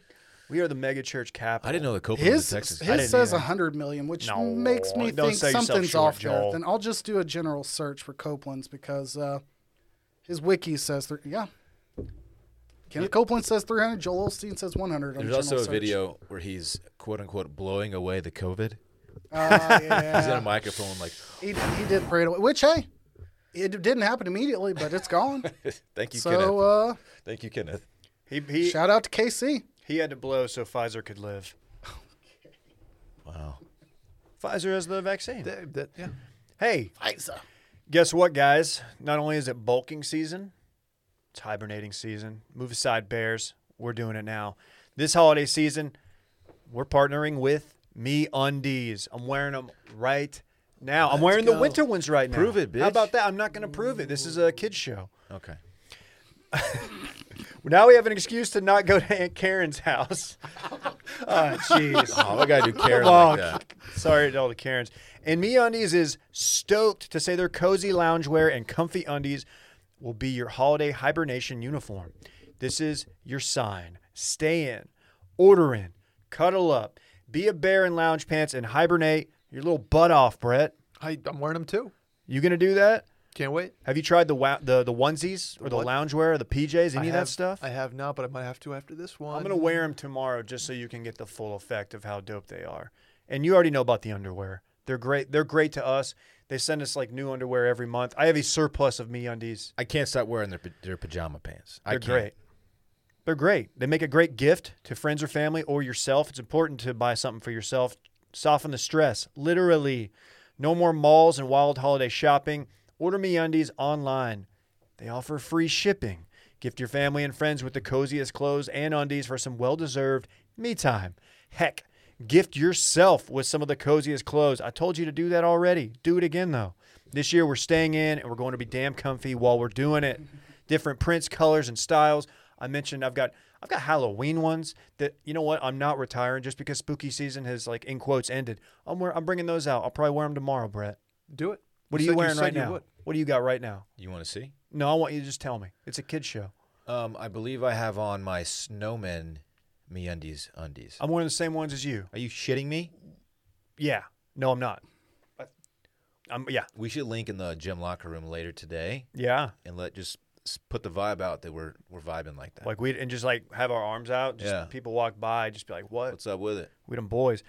S1: we are the mega church capital.
S2: I didn't know the Copeland
S3: His,
S2: was Texas.
S1: I
S3: his
S1: didn't
S3: says
S1: either.
S3: 100 million, which
S1: No,
S3: makes me
S1: don't
S3: think
S1: sell yourself
S3: something's
S1: short,
S3: off there.
S1: Joel.
S3: Then I'll just do a general search for Copeland's because uh, his wiki says, three, yeah. Kenneth Copeland says 300. Joel Olstein says 100. on
S2: There's
S3: general
S2: also a
S3: search.
S2: video where he's quote unquote blowing away the COVID.
S3: Uh,
S2: He's in a
S3: yeah.
S2: microphone like,
S3: he, he did pray it away, which, hey, it didn't happen immediately, but it's gone.
S2: "Thank you,
S3: so
S2: Kenneth.
S3: uh,
S2: Thank you, Kenneth."
S1: He he
S3: shout out to KC.
S1: he had to blow so Pfizer could live.
S2: Oh, Wow.
S1: Pfizer has the vaccine.
S4: that, that- yeah.
S1: Hey,
S3: Pfizer.
S1: guess what, guys? Not only is it bulking season, it's hibernating season. Move aside, bears. We're doing it now. This holiday season, we're partnering with Me Undies. I'm wearing them right now. I'm wearing the
S2: go.
S1: winter ones right now.
S2: Prove it,
S1: How
S2: bitch.
S1: about that? I'm not going to prove it. This is a kids show.
S2: Okay.
S1: Now we have an excuse to not go to Aunt Karen's house. oh, jeez.
S2: Oh, I gotta do Karen
S1: on.
S2: like that.
S1: Sorry to all the Karens. And Me Undies is stoked to say their cozy loungewear and comfy undies will be your holiday hibernation uniform. This is your sign. Stay in, order in, cuddle up, be a bear in lounge pants, and hibernate your little butt off, Brett.
S4: I, I'm wearing them too.
S1: You gonna do that?
S4: Can't wait.
S1: Have you tried the wa- the the onesies or the
S4: What?
S1: loungewear or the PJs? Any
S4: I
S1: of
S4: have-
S1: that stuff?
S4: I have not, but I might have to after this one.
S1: I'm gonna wear them tomorrow just so you can get the full effect of how dope they are. And you already know about the underwear. They're great. They're great to us. They send us like new underwear every month. I have a surplus of me undies.
S2: I can't stop wearing their, pa- their pajama pants. I
S1: They're
S2: can't.
S1: great. They're great. They make a great gift to friends or family or yourself. It's important to buy something for yourself. Soften the stress. Literally, no more malls and wild holiday shopping. Order MeUndies online. They offer free shipping. Gift your family and friends with the coziest clothes and undies for some well-deserved me time. Heck, gift yourself with some of the coziest clothes. I told you to do that already. Do it again though. This year we're staying in and we're going to be damn comfy while we're doing it. Different prints, colors, and styles. I mentioned I've got I've got Halloween ones that you know what I'm not retiring just because spooky season has like in quotes ended. I'm wear, I'm bringing those out. I'll probably wear them tomorrow, Brett.
S4: Do it.
S1: What are
S4: You said-
S1: you wearing
S4: said
S1: right
S4: you
S1: now?
S4: would.
S1: What do you got right now?
S2: You want to see?
S1: No, I want you to just tell me. It's a kids show.
S2: Um, I believe I have on my snowman MeUndies undies.
S1: I'm wearing the same ones as you.
S2: Are you shitting me?
S1: Yeah. No, I'm not. I- I'm yeah.
S2: We should link in the gym locker room later today
S1: Yeah.
S2: and let just s- put the vibe out that we're we're vibing like that.
S1: Like we and just like have our arms out. Just
S2: Yeah.
S1: people walk by, just be like, "What?
S2: What's up with it?
S1: We them boys.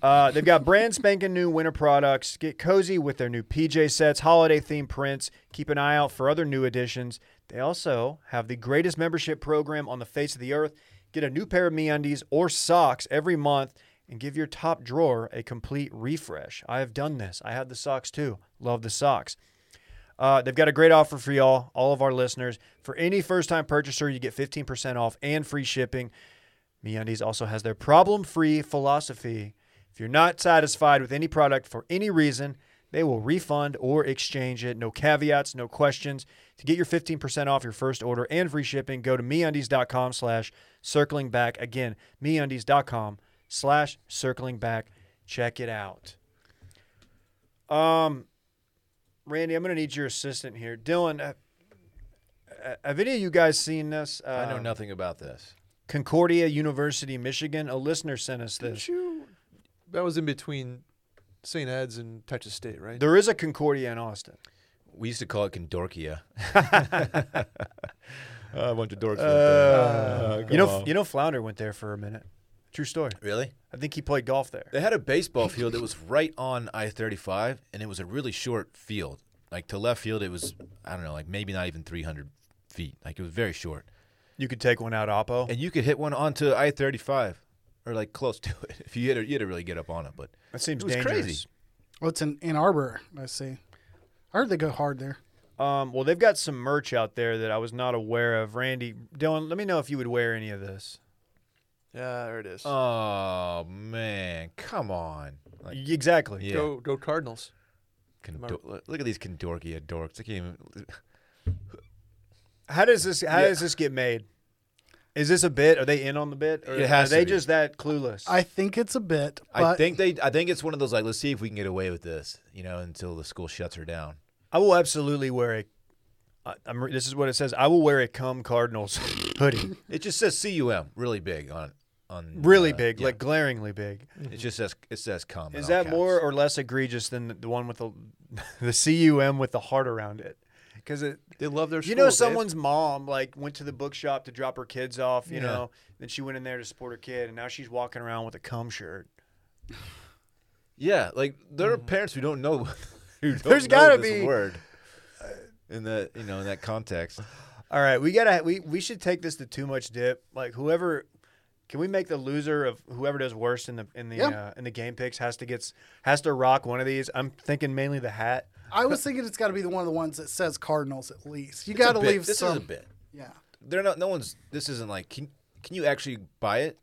S1: Uh, they've got brand spanking new winter products. Get cozy with their new PJ sets, holiday themed prints. Keep an eye out for other new additions. They also have the greatest membership program on the face of the earth. Get a new pair of MeUndies or socks every month and give your top drawer a complete refresh. I have done this. I have the socks too. Love the socks. Uh, they've got a great offer for y'all, all of our listeners. For any first time purchaser, you get 15% off and free shipping. MeUndies also has their problem-free philosophy. If you're not satisfied with any product for any reason, they will refund or exchange it. No caveats, no questions. To get your 15% off your first order and free shipping, go to MeUndies.com slash circling back. Again, MeUndies.com slash circling back. Check it out. Um, Randy, I'm going to need your assistant here. Dylan, uh, uh, have any of you guys seen this? Uh,
S2: I know nothing about this.
S1: Concordia University, Michigan. A listener sent us this.
S4: That was in between St. Ed's and Texas State, right?
S1: There is a Concordia in Austin.
S2: We used to call it Condorkia. I went to Dorks. Uh,
S1: you know, you know, Flounder went there for a minute. True story.
S2: really?
S1: I think he played golf there.
S2: They had a baseball field that was right on I 35, and it was a really short field. Like to left field, it was, I don't know, like maybe not even 300 feet. Like it was very short.
S1: You could take one out, Oppo.
S2: And you could hit one onto I 35 or like close to it. If you hit it, you had to really get up on it. But
S1: That seems
S2: it was
S1: dangerous.
S2: crazy.
S3: Oh, it's in Ann Arbor. I see. I heard they go hard there.
S1: Um, well, they've got some merch out there that I was not aware of. Randy, Dylan, let me know if you would wear any of this.
S4: yeah, there it is.
S2: Oh, man. Come on. Like,
S1: Y- exactly.
S2: yeah.
S4: Go, go Cardinals.
S2: Condor- look at these Condorkia dorks. They can't even.
S1: How does this? How does this get made? Is this a bit? Are they in on the bit? Or
S2: It has
S1: Are
S2: to
S1: they
S2: be.
S1: just that clueless?
S3: I think it's a bit, but
S2: I think they. I think it's one of those like, let's see if we can get away with this, you know, until the school shuts her down.
S1: I will absolutely wear a. I, I'm, re- this is what it says. I will wear a cum Cardinals hoodie.
S2: It just says cum really big on on
S1: Really
S2: uh,
S1: big,
S2: yeah.
S1: like glaringly big.
S2: it just says it says cum. in
S1: Is
S2: all
S1: that
S2: caps.
S1: more or less egregious than the, the one with the the cum with the heart around it? Because it,
S4: They love their school.
S1: you know,
S4: Dave.
S1: someone's mom like went to the bookshop to drop her kids off. You
S2: Yeah.
S1: know, then she went in there to support her kid, and now she's walking around with a cum shirt.
S2: Yeah, like there are parents who don't know. who don't
S1: Mm-hmm. There's
S2: know
S1: gotta
S2: this
S1: be-
S2: word in that you know in that context.
S1: All right, we gotta we we should take this to too much dip. Like whoever, can we make the loser of whoever does worst in the in the
S3: Yeah.
S1: uh, in the game picks has to gets has to rock one of these. I'm thinking mainly the hat.
S3: I was thinking it's got to be the one of the ones that says Cardinals at least. You got
S2: It's
S3: to
S2: a bit.
S3: leave
S2: This
S3: some.
S2: is a bit.
S3: Yeah.
S2: They're not. No one's. This isn't like. Can can you actually buy it?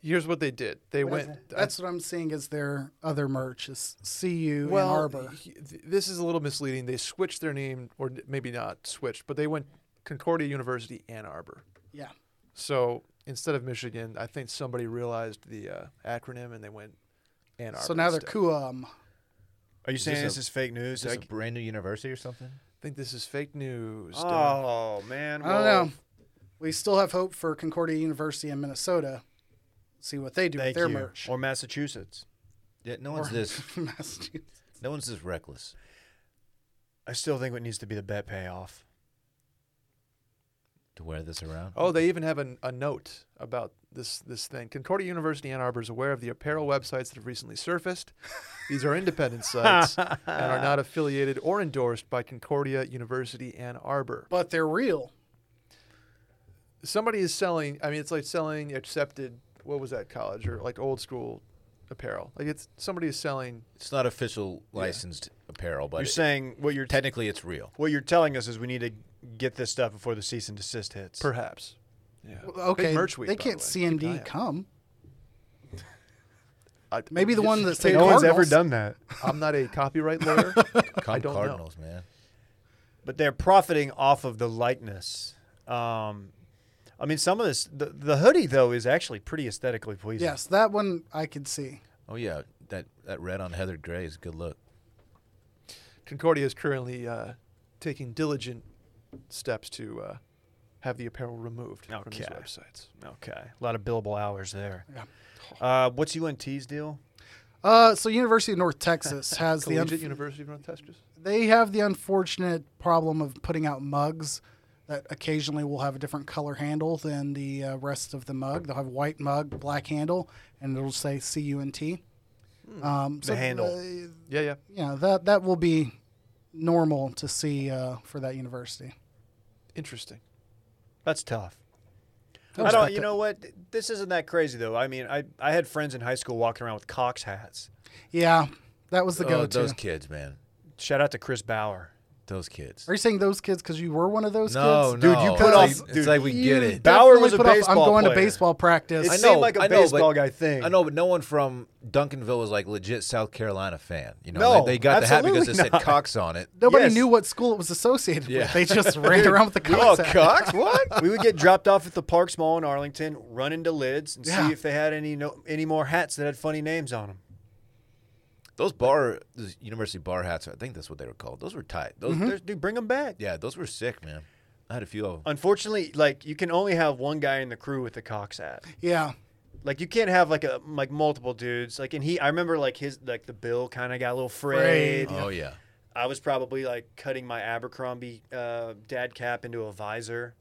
S4: Here's what they did. They went.
S3: That's what I'm seeing as their other merch is CU Ann Arbor.
S4: he- th- this is a little misleading. They switched their name, or n- maybe not switched, but they went Concordia University Ann Arbor.
S3: Yeah.
S4: So instead of Michigan, I think somebody realized the uh, acronym and they went Ann Arbor.
S3: So now they're um,
S4: instead.
S3: Kuam.
S1: Are you saying this,
S2: this a-
S1: is fake news?
S2: Is this
S1: Like-
S2: a brand new university or something?
S4: I think this is fake news. Dylan.
S1: oh man,
S3: I don't
S1: well,
S3: know. We still have hope for Concordia University in Minnesota. See what they do
S1: Thank
S3: with their
S1: you.
S3: merch.
S1: Or Massachusetts.
S2: Yeah, no one's this.
S3: Massachusetts.
S2: No one's this reckless.
S1: I still think what needs to be the bet payoff.
S2: to wear this around.
S4: Oh, they even have an, a note about this this thing. Concordia University Ann Arbor is aware of the apparel websites that have recently surfaced. These are independent sites and are not affiliated or endorsed by Concordia University Ann Arbor.
S3: But they're real.
S4: somebody is selling. I mean, it's like selling accepted. What was that college or like old school apparel? Like it's somebody is selling.
S2: It's not official licensed apparel, but
S1: You're
S2: it-
S1: saying what you're
S2: technically it's real.
S1: what you're telling us is we need to get this stuff before the cease and desist hits.
S4: Perhaps. Yeah.
S3: Okay,
S4: Big merch week.
S3: they
S4: by
S3: can't
S4: the way.
S3: C and
S4: Keep an
S3: D
S4: eye out.
S3: come.
S4: I-
S3: Maybe the one that say
S1: no one's ever
S3: Cardinals.
S1: done that.
S4: uh, I'm not a copyright lawyer. I
S2: Come
S4: don't
S2: Cardinals, man.
S1: but they're profiting off of the likeness. Um, I mean, some of this the, the hoodie though is actually pretty aesthetically pleasing.
S3: Yes, that one I could see.
S2: Oh yeah, that that red on Heather Gray is a good look.
S4: know. Concordia is currently uh, taking diligent steps to uh, have the apparel removed from these
S1: Okay.
S4: websites.
S1: Okay. A lot of billable hours there.
S3: Yeah.
S1: Uh, what's UNT's deal?
S3: Uh, so University of North Texas has the
S4: Collegiate
S3: unf-
S4: University of North Texas.
S3: they have the unfortunate problem of putting out mugs that occasionally will have a different color handle than the uh, rest of the mug. They'll have a white mug, black handle, and it'll say CUNT. Um, so
S1: The handle.
S3: uh,
S4: Yeah, yeah.
S3: yeah, that that will be normal to see uh, for that university.
S4: Interesting.
S1: That's tough.
S3: I
S1: I don't.
S3: respect
S1: You
S3: it.
S1: know what? This isn't that crazy though. I mean, I I had friends in high school walking around with Cox hats.
S3: Yeah, that was the
S2: oh,
S3: go-to.
S2: those kids, man.
S1: Shout out to Chris Bauer.
S2: Those kids.
S3: Are you saying those kids because you were one of those
S2: No,
S3: kids?
S2: no.
S1: Dude, you
S2: Oh. it's
S1: put
S2: like-
S1: off-
S2: It's
S1: dude,
S2: like we get
S3: You
S2: it.
S1: Bauer was
S3: definitely
S1: a
S3: put off,
S1: baseball
S3: I'm going to
S1: player."
S3: baseball practice.
S1: It
S2: I
S1: seemed
S2: know,
S1: like a
S2: I know, but-
S1: baseball guy thing.
S2: I know, but no one from Duncanville was like legit South Carolina fan. You know,
S1: No,
S2: they, they got the hat because
S1: absolutely
S2: it said
S1: not.
S2: Cox on it.
S3: Nobody
S1: Yes.
S3: knew what school it was associated
S2: Yeah.
S3: with. They just ran around with the
S2: Oh,
S3: concept.
S2: Cox? What?
S1: we would get dropped off at the Parks Mall in Arlington, run into lids, and
S3: Yeah.
S1: see if they had any no, any more hats that had funny names on them.
S2: Those bar, those university bar hats. I think that's what they were called. Those were tight. Those,
S3: Hmm?
S2: they're-
S1: Dude, bring them back.
S2: yeah, those were sick, man. I had a few of them.
S1: Unfortunately, like you can only have one guy in the crew with the Cox hat.
S3: Yeah.
S1: Like you can't have like a like multiple dudes. Like and he, I remember like his like the bill kind of got a little frayed.
S3: Frayed.
S2: Oh yeah,
S1: I was probably like cutting my Abercrombie uh, dad cap into a visor.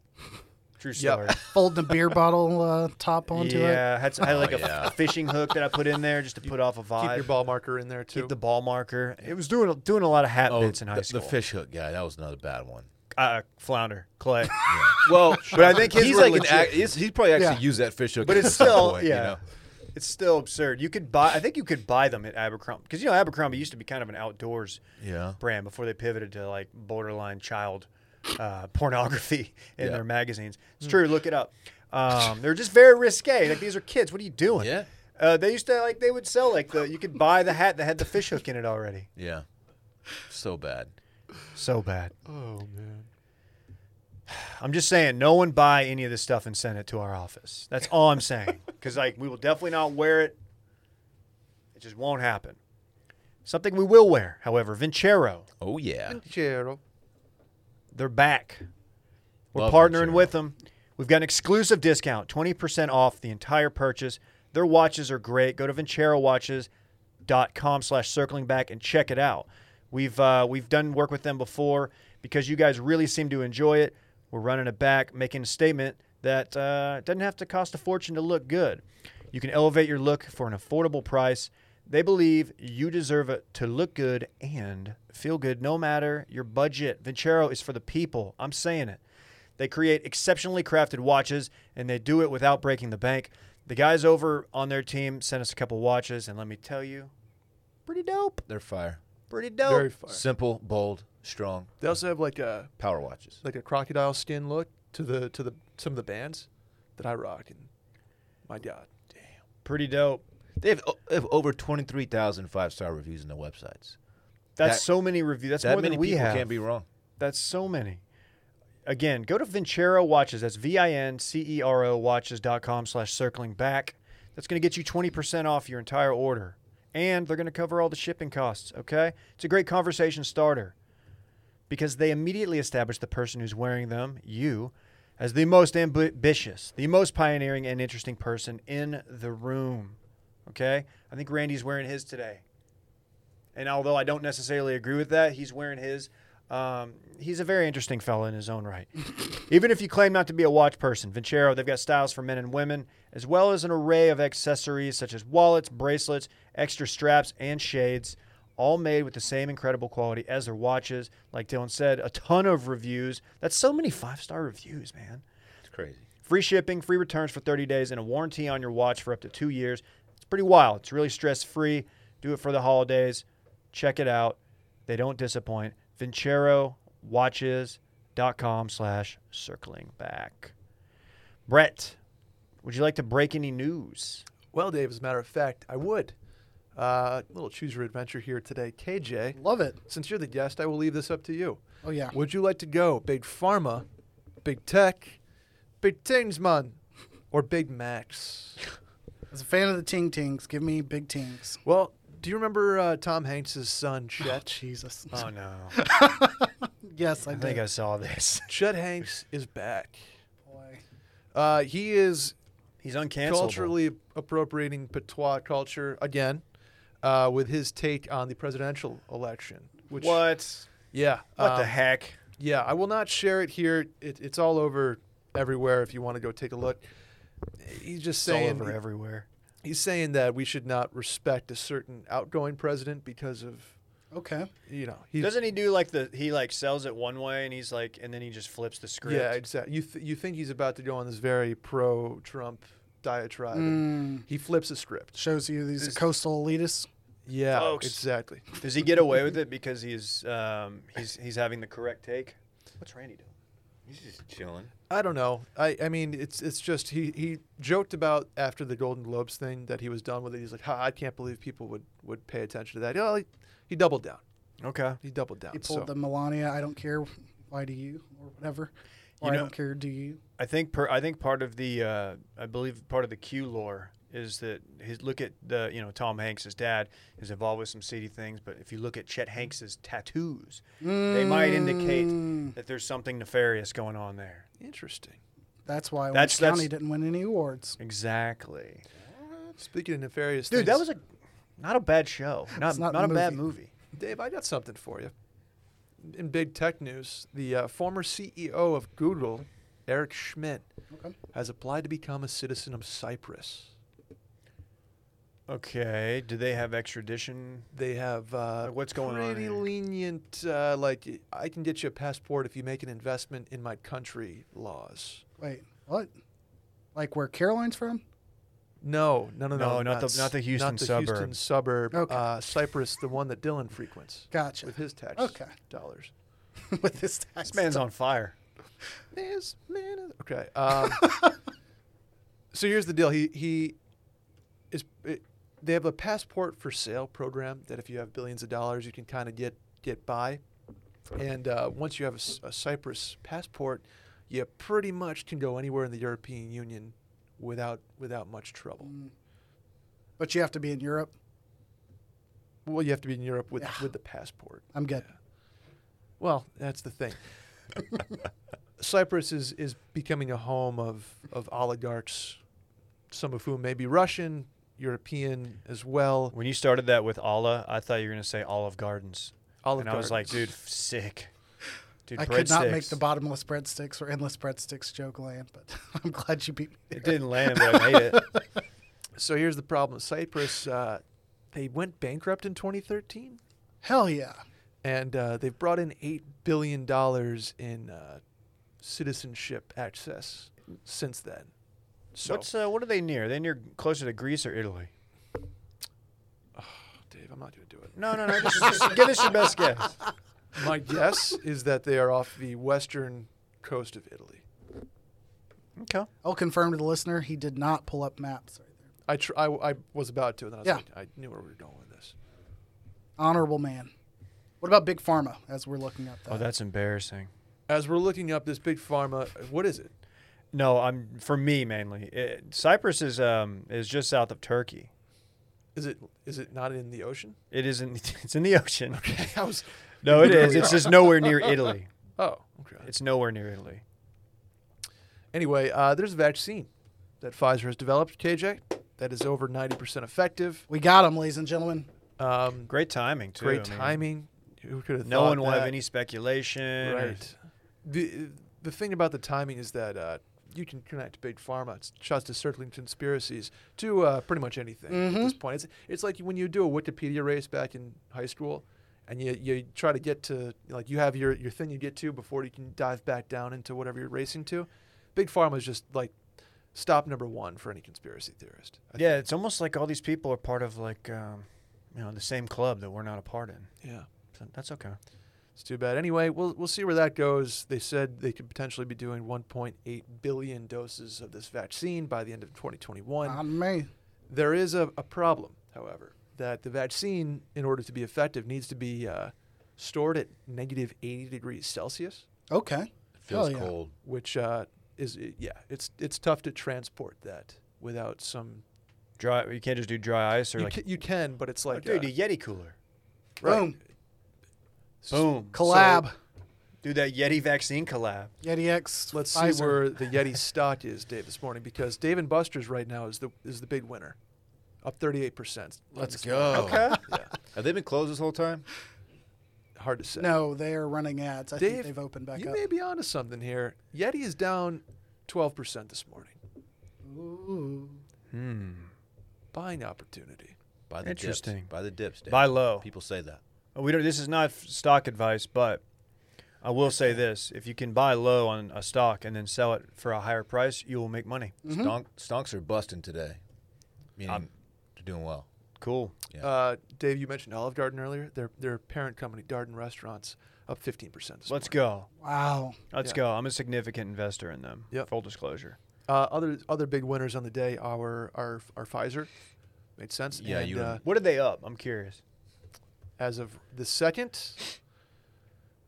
S1: True story.
S4: Yep.
S3: Folding a beer bottle uh, top onto it.
S1: yeah, had, s- had like
S2: Oh,
S1: a,
S2: yeah.
S1: a fishing hook that I put in there just to put off a vibe.
S4: Keep your ball marker in there too.
S1: Keep the ball marker. It was doing doing a lot of hat
S2: oh
S1: bits in high
S2: the,
S1: school.
S2: the fish hook guy. That was another bad one.
S1: uh, flounder, clay.
S2: Well, but I think
S1: his
S2: he's
S1: were
S2: like
S1: legit.
S2: an. Act, he's, he probably actually
S3: Yeah.
S2: used that fish hook.
S1: But
S2: at
S1: it's
S2: some
S1: still
S2: point, you
S1: yeah,
S2: know?
S1: it's still absurd. You could buy. I think you could buy them at Abercrombie because you know Abercrombie used to be kind of an outdoors
S2: Yeah.
S1: brand before they pivoted to like borderline child uh, pornography in
S2: Yeah. Hmm.
S1: their magazines. It's true. Look it up. Um, they're just very risque. Like these are kids. What are you doing?
S2: Yeah.
S1: Uh, they used to like they would sell like the you could buy the hat that had the fish hook in it already.
S2: Yeah, so bad.
S1: So bad.
S4: oh man.
S1: I'm just saying, no one buy any of this stuff and send it to our office. That's all I'm saying. Because like we will definitely not wear it. It just won't happen. Something we will wear, however, Vincero.
S2: Oh yeah,
S4: Gerald.
S1: They're back. We're
S2: Love
S1: partnering
S2: Vincero.
S1: with them. We've got an exclusive discount, 20% off the entire purchase. Their watches are great. Go to vincerowatches.com slash circling back and check it out. We've uh, we've done work with them before because you guys really seem to enjoy it. We're running it back, making a statement that uh, doesn't have to cost a fortune to look good. You can elevate your look for an affordable price. They believe you deserve it to look good and feel good no matter your budget. Vincero is for the people. I'm saying it. They create exceptionally crafted watches and they do it without breaking the bank. The guys over on their team sent us a couple watches, and let me tell you, pretty dope.
S2: they're fire.
S1: Pretty dope.
S4: Very far.
S2: Simple, bold, strong
S4: They also have like a
S2: power watches.
S4: like a crocodile skin look to the to the some of the bands that I rock and my God.
S1: pretty dope.
S2: They have, o- they have over 23,000 five star reviews on their websites.
S1: That's
S2: That-
S1: so many reviews. That's
S2: that
S1: more
S2: many
S1: than we
S2: people
S1: have.
S2: can't be wrong.
S1: That's so many. Again, go to Vincero Watches. That's V-I-N-C-E-R-O E watches.com slash circling back. That's going to get you 20% off your entire order. And they're going to cover all the shipping costs, okay? It's a great conversation starter because they immediately establish the person who's wearing them, you, as the most ambitious, the most pioneering and interesting person in the room, okay? I think Randy's wearing his today. And although I don't necessarily agree with that, he's wearing his. Um, he's a very interesting fella in his own right. Even if you claim not to be a watch person, Vincero, they've got styles for men and women, as well as an array of accessories such as wallets, bracelets, extra straps, and shades, all made with the same incredible quality as their watches. Like Dylan said, a ton of reviews. That's so many five star reviews, man.
S2: It's crazy.
S1: Free shipping, free returns for 30 days, and a warranty on your watch for up to two years. It's pretty wild. It's really stress free. Do it for the holidays. Check it out. They don't disappoint. VincerowWatches.com slash circling back. Brett, would you like to break any news?
S4: Well, Dave, as a matter of fact, I would. Uh, little choose your adventure here today. KJ,
S3: Love it.
S4: since you're the guest, I will leave this up to you.
S3: Oh, yeah.
S4: Would you like to go big pharma, big tech, big things, man, or big max?
S3: As a fan of the Ting Tings, give me big Tings.
S4: Well, do you remember uh, Tom Hanks' son, Chet?
S3: Jesus.
S1: Oh, no.
S3: yes, I,
S1: I
S3: did.
S1: think I saw this.
S4: Chet Hanks is back.
S3: Boy.
S4: Uh, he is
S1: He's uncancelable.
S4: culturally appropriating patois culture again uh, with his take on the presidential election. Which,
S1: What?
S4: Yeah.
S1: What the
S4: um,
S1: heck?
S4: Yeah, I will not share it here. It, it's all over everywhere if you want to go take a look. He's just
S1: It's all
S4: saying
S1: over everywhere.
S4: he's saying that we should not respect a certain outgoing president because of
S3: Okay.
S4: you know he's
S1: Doesn't he do like the he like sells it one way and he's like and then he just flips the script?
S4: yeah exactly you th- you think he's about to go on this very pro Trump diatribe
S1: Hmm.
S4: and he flips a script
S3: Shows you these coastal elitists.
S4: yeah
S1: Folks.
S4: exactly
S1: Does he get away with it because he's um he's he's having the correct take? What's Randy doing?
S2: He's just chilling.
S4: I don't know I I mean it's it's just he he joked about after the Golden Globes thing that he was done with it he's like ha, I can't believe people would would pay attention to that well, he, he doubled down
S1: Okay.
S4: he doubled down
S3: He pulled
S4: so.
S3: the Melania, I don't care, why do you, or whatever. Or
S1: You
S3: I
S1: know-
S3: don't care, do you?
S1: I think per, I think part of the uh, I believe part of the Q lore is that his look at the you know Tom Hanks' dad is involved with some seedy things, but if you look at Chet Hanks' tattoos, they might indicate that there's something nefarious going on there.
S4: Interesting.
S3: That's why
S1: That's-
S3: Orange County
S1: that's-
S3: didn't win any awards.
S1: Exactly.
S4: Speaking of nefarious
S1: Dude,
S4: things,
S1: that was a not a bad show. Not
S3: not
S1: not,
S3: the
S1: a bad
S3: movie.
S1: movie.
S4: Dave. I got something for you. In big tech news, the uh, former CEO of Google, Eric Schmidt,
S3: Okay.
S4: has applied to become a citizen of Cyprus.
S1: Okay. Do they have extradition?
S4: They have uh,
S1: Like, what's going on
S4: pretty
S1: here?
S4: lenient, uh, like I can get you a passport if you make an investment in my country laws.
S3: Wait, what? Like where Caroline's from?
S4: No, no, no, no,
S1: No, not the-
S4: s-
S1: not the Houston
S4: not the
S1: suburb.
S4: Houston suburb.
S3: Okay.
S4: Uh, Cyprus, the one that Dylan frequents.
S3: Gotcha.
S4: With his tax
S3: Okay.
S4: dollars.
S3: With this tax.
S1: This man's on fire.
S4: This man is okay. Um, so here's the deal. He he is. It, they have a passport for sale program that if you have billions of dollars, you can kind of get get by. And uh, once you have a, s- a Cyprus passport, you pretty much can go anywhere in the European Union without without much trouble.
S3: But you have to be in Europe.
S4: Well, you have to be in Europe with with the passport.
S3: I'm good.
S4: Well, that's the thing. Cyprus is, is becoming a home of, of oligarchs, some of whom may be Russian, European as well.
S1: When you started that with Allah, I thought you were gonna say Olive Gardens.
S4: Olive
S1: and I was like, dude,
S4: Gardens.
S1: f- sick. Dude,
S3: I could not make
S1: breadsticks.
S3: the bottomless breadsticks or endless breadsticks joke land, but I'm glad you beat me.
S1: It didn't land, but I made it.
S4: So here's the problem Cyprus, uh, they went bankrupt in 2013,
S3: Hell yeah.
S4: and uh, they've brought in $8 billion in uh, citizenship access since then. So,
S1: What's uh, what are they near? Then you're closer to Greece or Italy.
S4: Dave, I'm not going to do it.
S1: No, no, no. Just, just give us your best guess.
S4: My guess is that they are off the western coast of Italy.
S1: Okay.
S3: I'll confirm to the listener he did not pull up maps right there.
S4: I, tr- I, I was about to, and then I was
S3: Yeah.
S4: like, I knew where we were going with this.
S3: Honorable man. What about Big Pharma as we're looking up that?
S1: Oh, that's embarrassing.
S4: As we're looking up this big pharma, what is it?
S1: No, I'm for me mainly. It, Cyprus is um is just south of Turkey.
S4: Is it is it not in the ocean?
S1: It isn't. It's in the ocean.
S4: I was,
S1: No, it is. It's just nowhere near Italy.
S4: oh, okay.
S1: It's nowhere near Italy.
S4: Anyway, uh, there's a vaccine that Pfizer has developed, KJ, that is over 90% effective.
S3: we got him, ladies and gentlemen.
S4: Um,
S1: Great timing too.
S4: great
S1: I mean,
S4: timing. Who could have
S1: No
S4: thought
S1: one will have
S4: that?
S1: any speculation. or-
S4: Right. The the thing about the timing is that uh, you can connect big pharma, it's shots to circling conspiracies, to uh, pretty much anything at this point. It's it's like when you do a Wikipedia race back in high school, and you you try to get to like you have your your thing you get to before you can dive back down into whatever you're racing to. big pharma is just like stop number one for any conspiracy theorist. I
S1: Yeah, it's almost like all these people are part of like, um, you know, the same club that we're not a part in.
S4: think- yeah.
S1: So that's okay.
S4: It's too bad. Anyway, we'll we'll see where that goes. They said they could potentially be doing 1.8 billion doses of this vaccine by the end of 2021.
S3: Not me.
S4: There is a, a problem, however, that the vaccine, in order to be effective, needs to be uh, stored at negative 80 degrees Celsius,
S3: Okay.
S2: Feels
S3: Hell yeah.
S2: cold.
S4: which uh, is yeah, it's it's tough to transport that without some.
S1: Dry. You can't just do dry ice or
S4: You,
S1: like.
S4: ca- you can, but it's
S1: Oh,
S4: like
S1: dude,
S4: uh,
S1: a Yeti cooler.
S4: right.
S3: Boom.
S4: S-
S1: Boom.
S3: Collab.
S1: Do that Yeti vaccine collab.
S3: Yeti X.
S4: Let's
S3: Pfizer.
S4: see where the Yeti stock is, Dave, this morning, because Dave and Buster's right now is the is the big winner, up 38 percent.
S2: Let's go.
S1: Okay.
S2: Have they been closed this whole time?
S4: Hard to say.
S3: No, they are running ads. I
S4: Dave,
S3: think they've opened back
S4: you
S3: up.
S4: may be onto something here. Yeti is down 12 percent this morning.
S3: Ooh.
S4: Buying opportunity.
S2: By the
S1: Interesting.
S2: Dips. By the dips. Dave.
S1: Buy low. Uh,
S2: People say that.
S1: We don't. This is not f- stock advice, but I will say this: if you can buy low on a stock and then sell it for a higher price, you will make money.
S2: Stonk, stonks are busting today, meaning they're doing well.
S1: Cool.
S2: Yeah.
S4: Uh, Dave, you mentioned Olive Garden earlier. Their their parent company, Darden Restaurants, up 15 percent this
S1: Let's
S4: morning.
S1: go.
S3: Wow.
S1: Let's
S4: Yeah.
S1: go. I'm a significant investor in them.
S4: Yep.
S1: Full disclosure.
S4: Uh, other other big winners on the day are are, are Pfizer. Made sense.
S2: Yeah,
S4: And,
S2: you would-
S4: uh,
S1: What are they up? I'm curious.
S4: as of the second,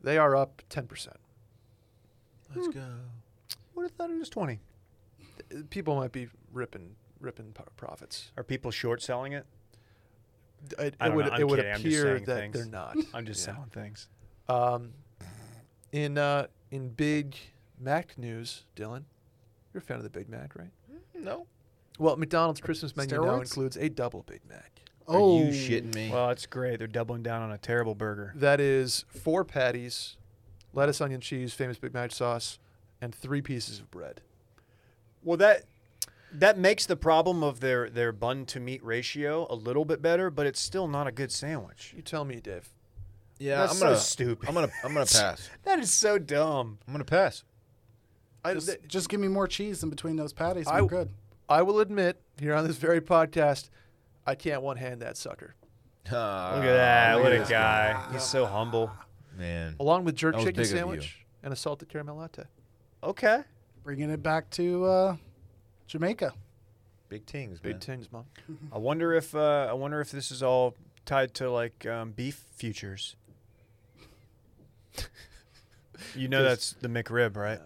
S4: they are up 10%.
S2: Let's go.
S1: What if that was 20?
S4: Uh, People might be ripping ripping p- profits.
S1: Are people short selling it?
S4: D- It,
S1: I
S4: it
S1: don't
S4: would
S1: know. I'm
S4: it would
S1: kidding. I'm just
S4: appear
S1: saying
S4: that
S1: things.
S4: they're not.
S1: I'm just
S4: Yeah.
S1: selling things.
S4: Um, in uh, in Big Mac news, Dylan, you're a fan of the Big Mac, right?
S2: No.
S4: Well, McDonald's Christmas menu now
S3: Steroids?
S4: includes a double Big Mac.
S3: Oh.
S2: Are you shitting me?
S1: Well, that's great. They're doubling down on a terrible burger.
S4: That is four patties, lettuce, onion, cheese, famous Big Mac sauce, and three pieces of bread.
S1: Well, that that makes the problem of their their bun to meat ratio a little bit better, but it's still not a good sandwich.
S4: You tell me, Dave.
S2: yeah,
S1: that's
S2: I'm
S1: so
S2: gonna,
S1: stupid.
S2: I'm gonna I'm gonna pass.
S1: That is so dumb.
S2: I'm gonna pass.
S4: I,
S3: Just,
S4: th-
S3: just give me more cheese in between those patties.
S4: I-
S3: I'm good.
S4: I will admit, here on this very podcast, I can't one hand that sucker.
S1: Uh, Look at that.
S2: look
S1: what
S2: at
S1: a
S2: this
S1: guy. He's so humble.
S2: man.
S4: Along with jerk
S2: That was
S4: chicken
S2: big of you.
S4: sandwich and a salted caramel latte.
S1: Okay.
S3: Bringing it back to uh, Jamaica.
S2: Big tings,
S4: Big
S2: man.
S4: tings, mom.
S1: I wonder if uh, I wonder if this is all tied to like um, beef futures. you know that's the McRib, right?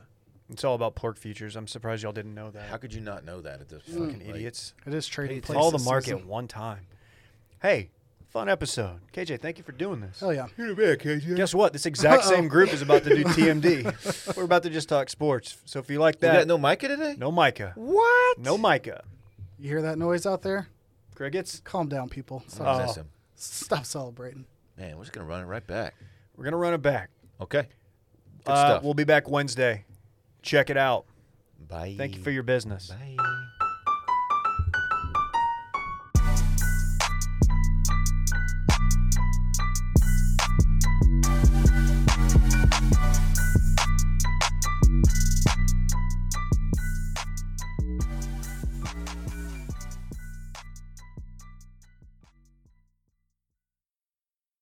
S1: It's all about pork futures. I'm surprised y'all didn't know that.
S2: How could you not know that at this
S1: Fucking
S2: point? Like,
S1: idiots.
S3: It is trading
S2: Pay
S3: places.
S1: Call the market
S3: Susan.
S1: one time. Hey, fun episode. KJ, thank you for doing this.
S3: Hell Oh, yeah.
S2: You're back, KJ.
S1: Guess what? This exact same group is about to do TMD. We're about to just talk sports. So if you like
S2: We
S1: that,
S2: got no Micah today.
S1: no Micah.
S2: What?
S1: No Micah.
S3: You hear that noise out there?
S1: Crickets.
S3: Calm down, people. Stop,
S2: Oh.
S1: Oh.
S2: Miss him.
S3: stop celebrating.
S2: Man, we're just gonna run it right back.
S1: We're going to run it back.
S2: Okay. Good
S1: Uh,
S2: stuff.
S1: We'll be back Wednesday. Check it out.
S2: Bye.
S1: Thank you for your business.
S2: Bye.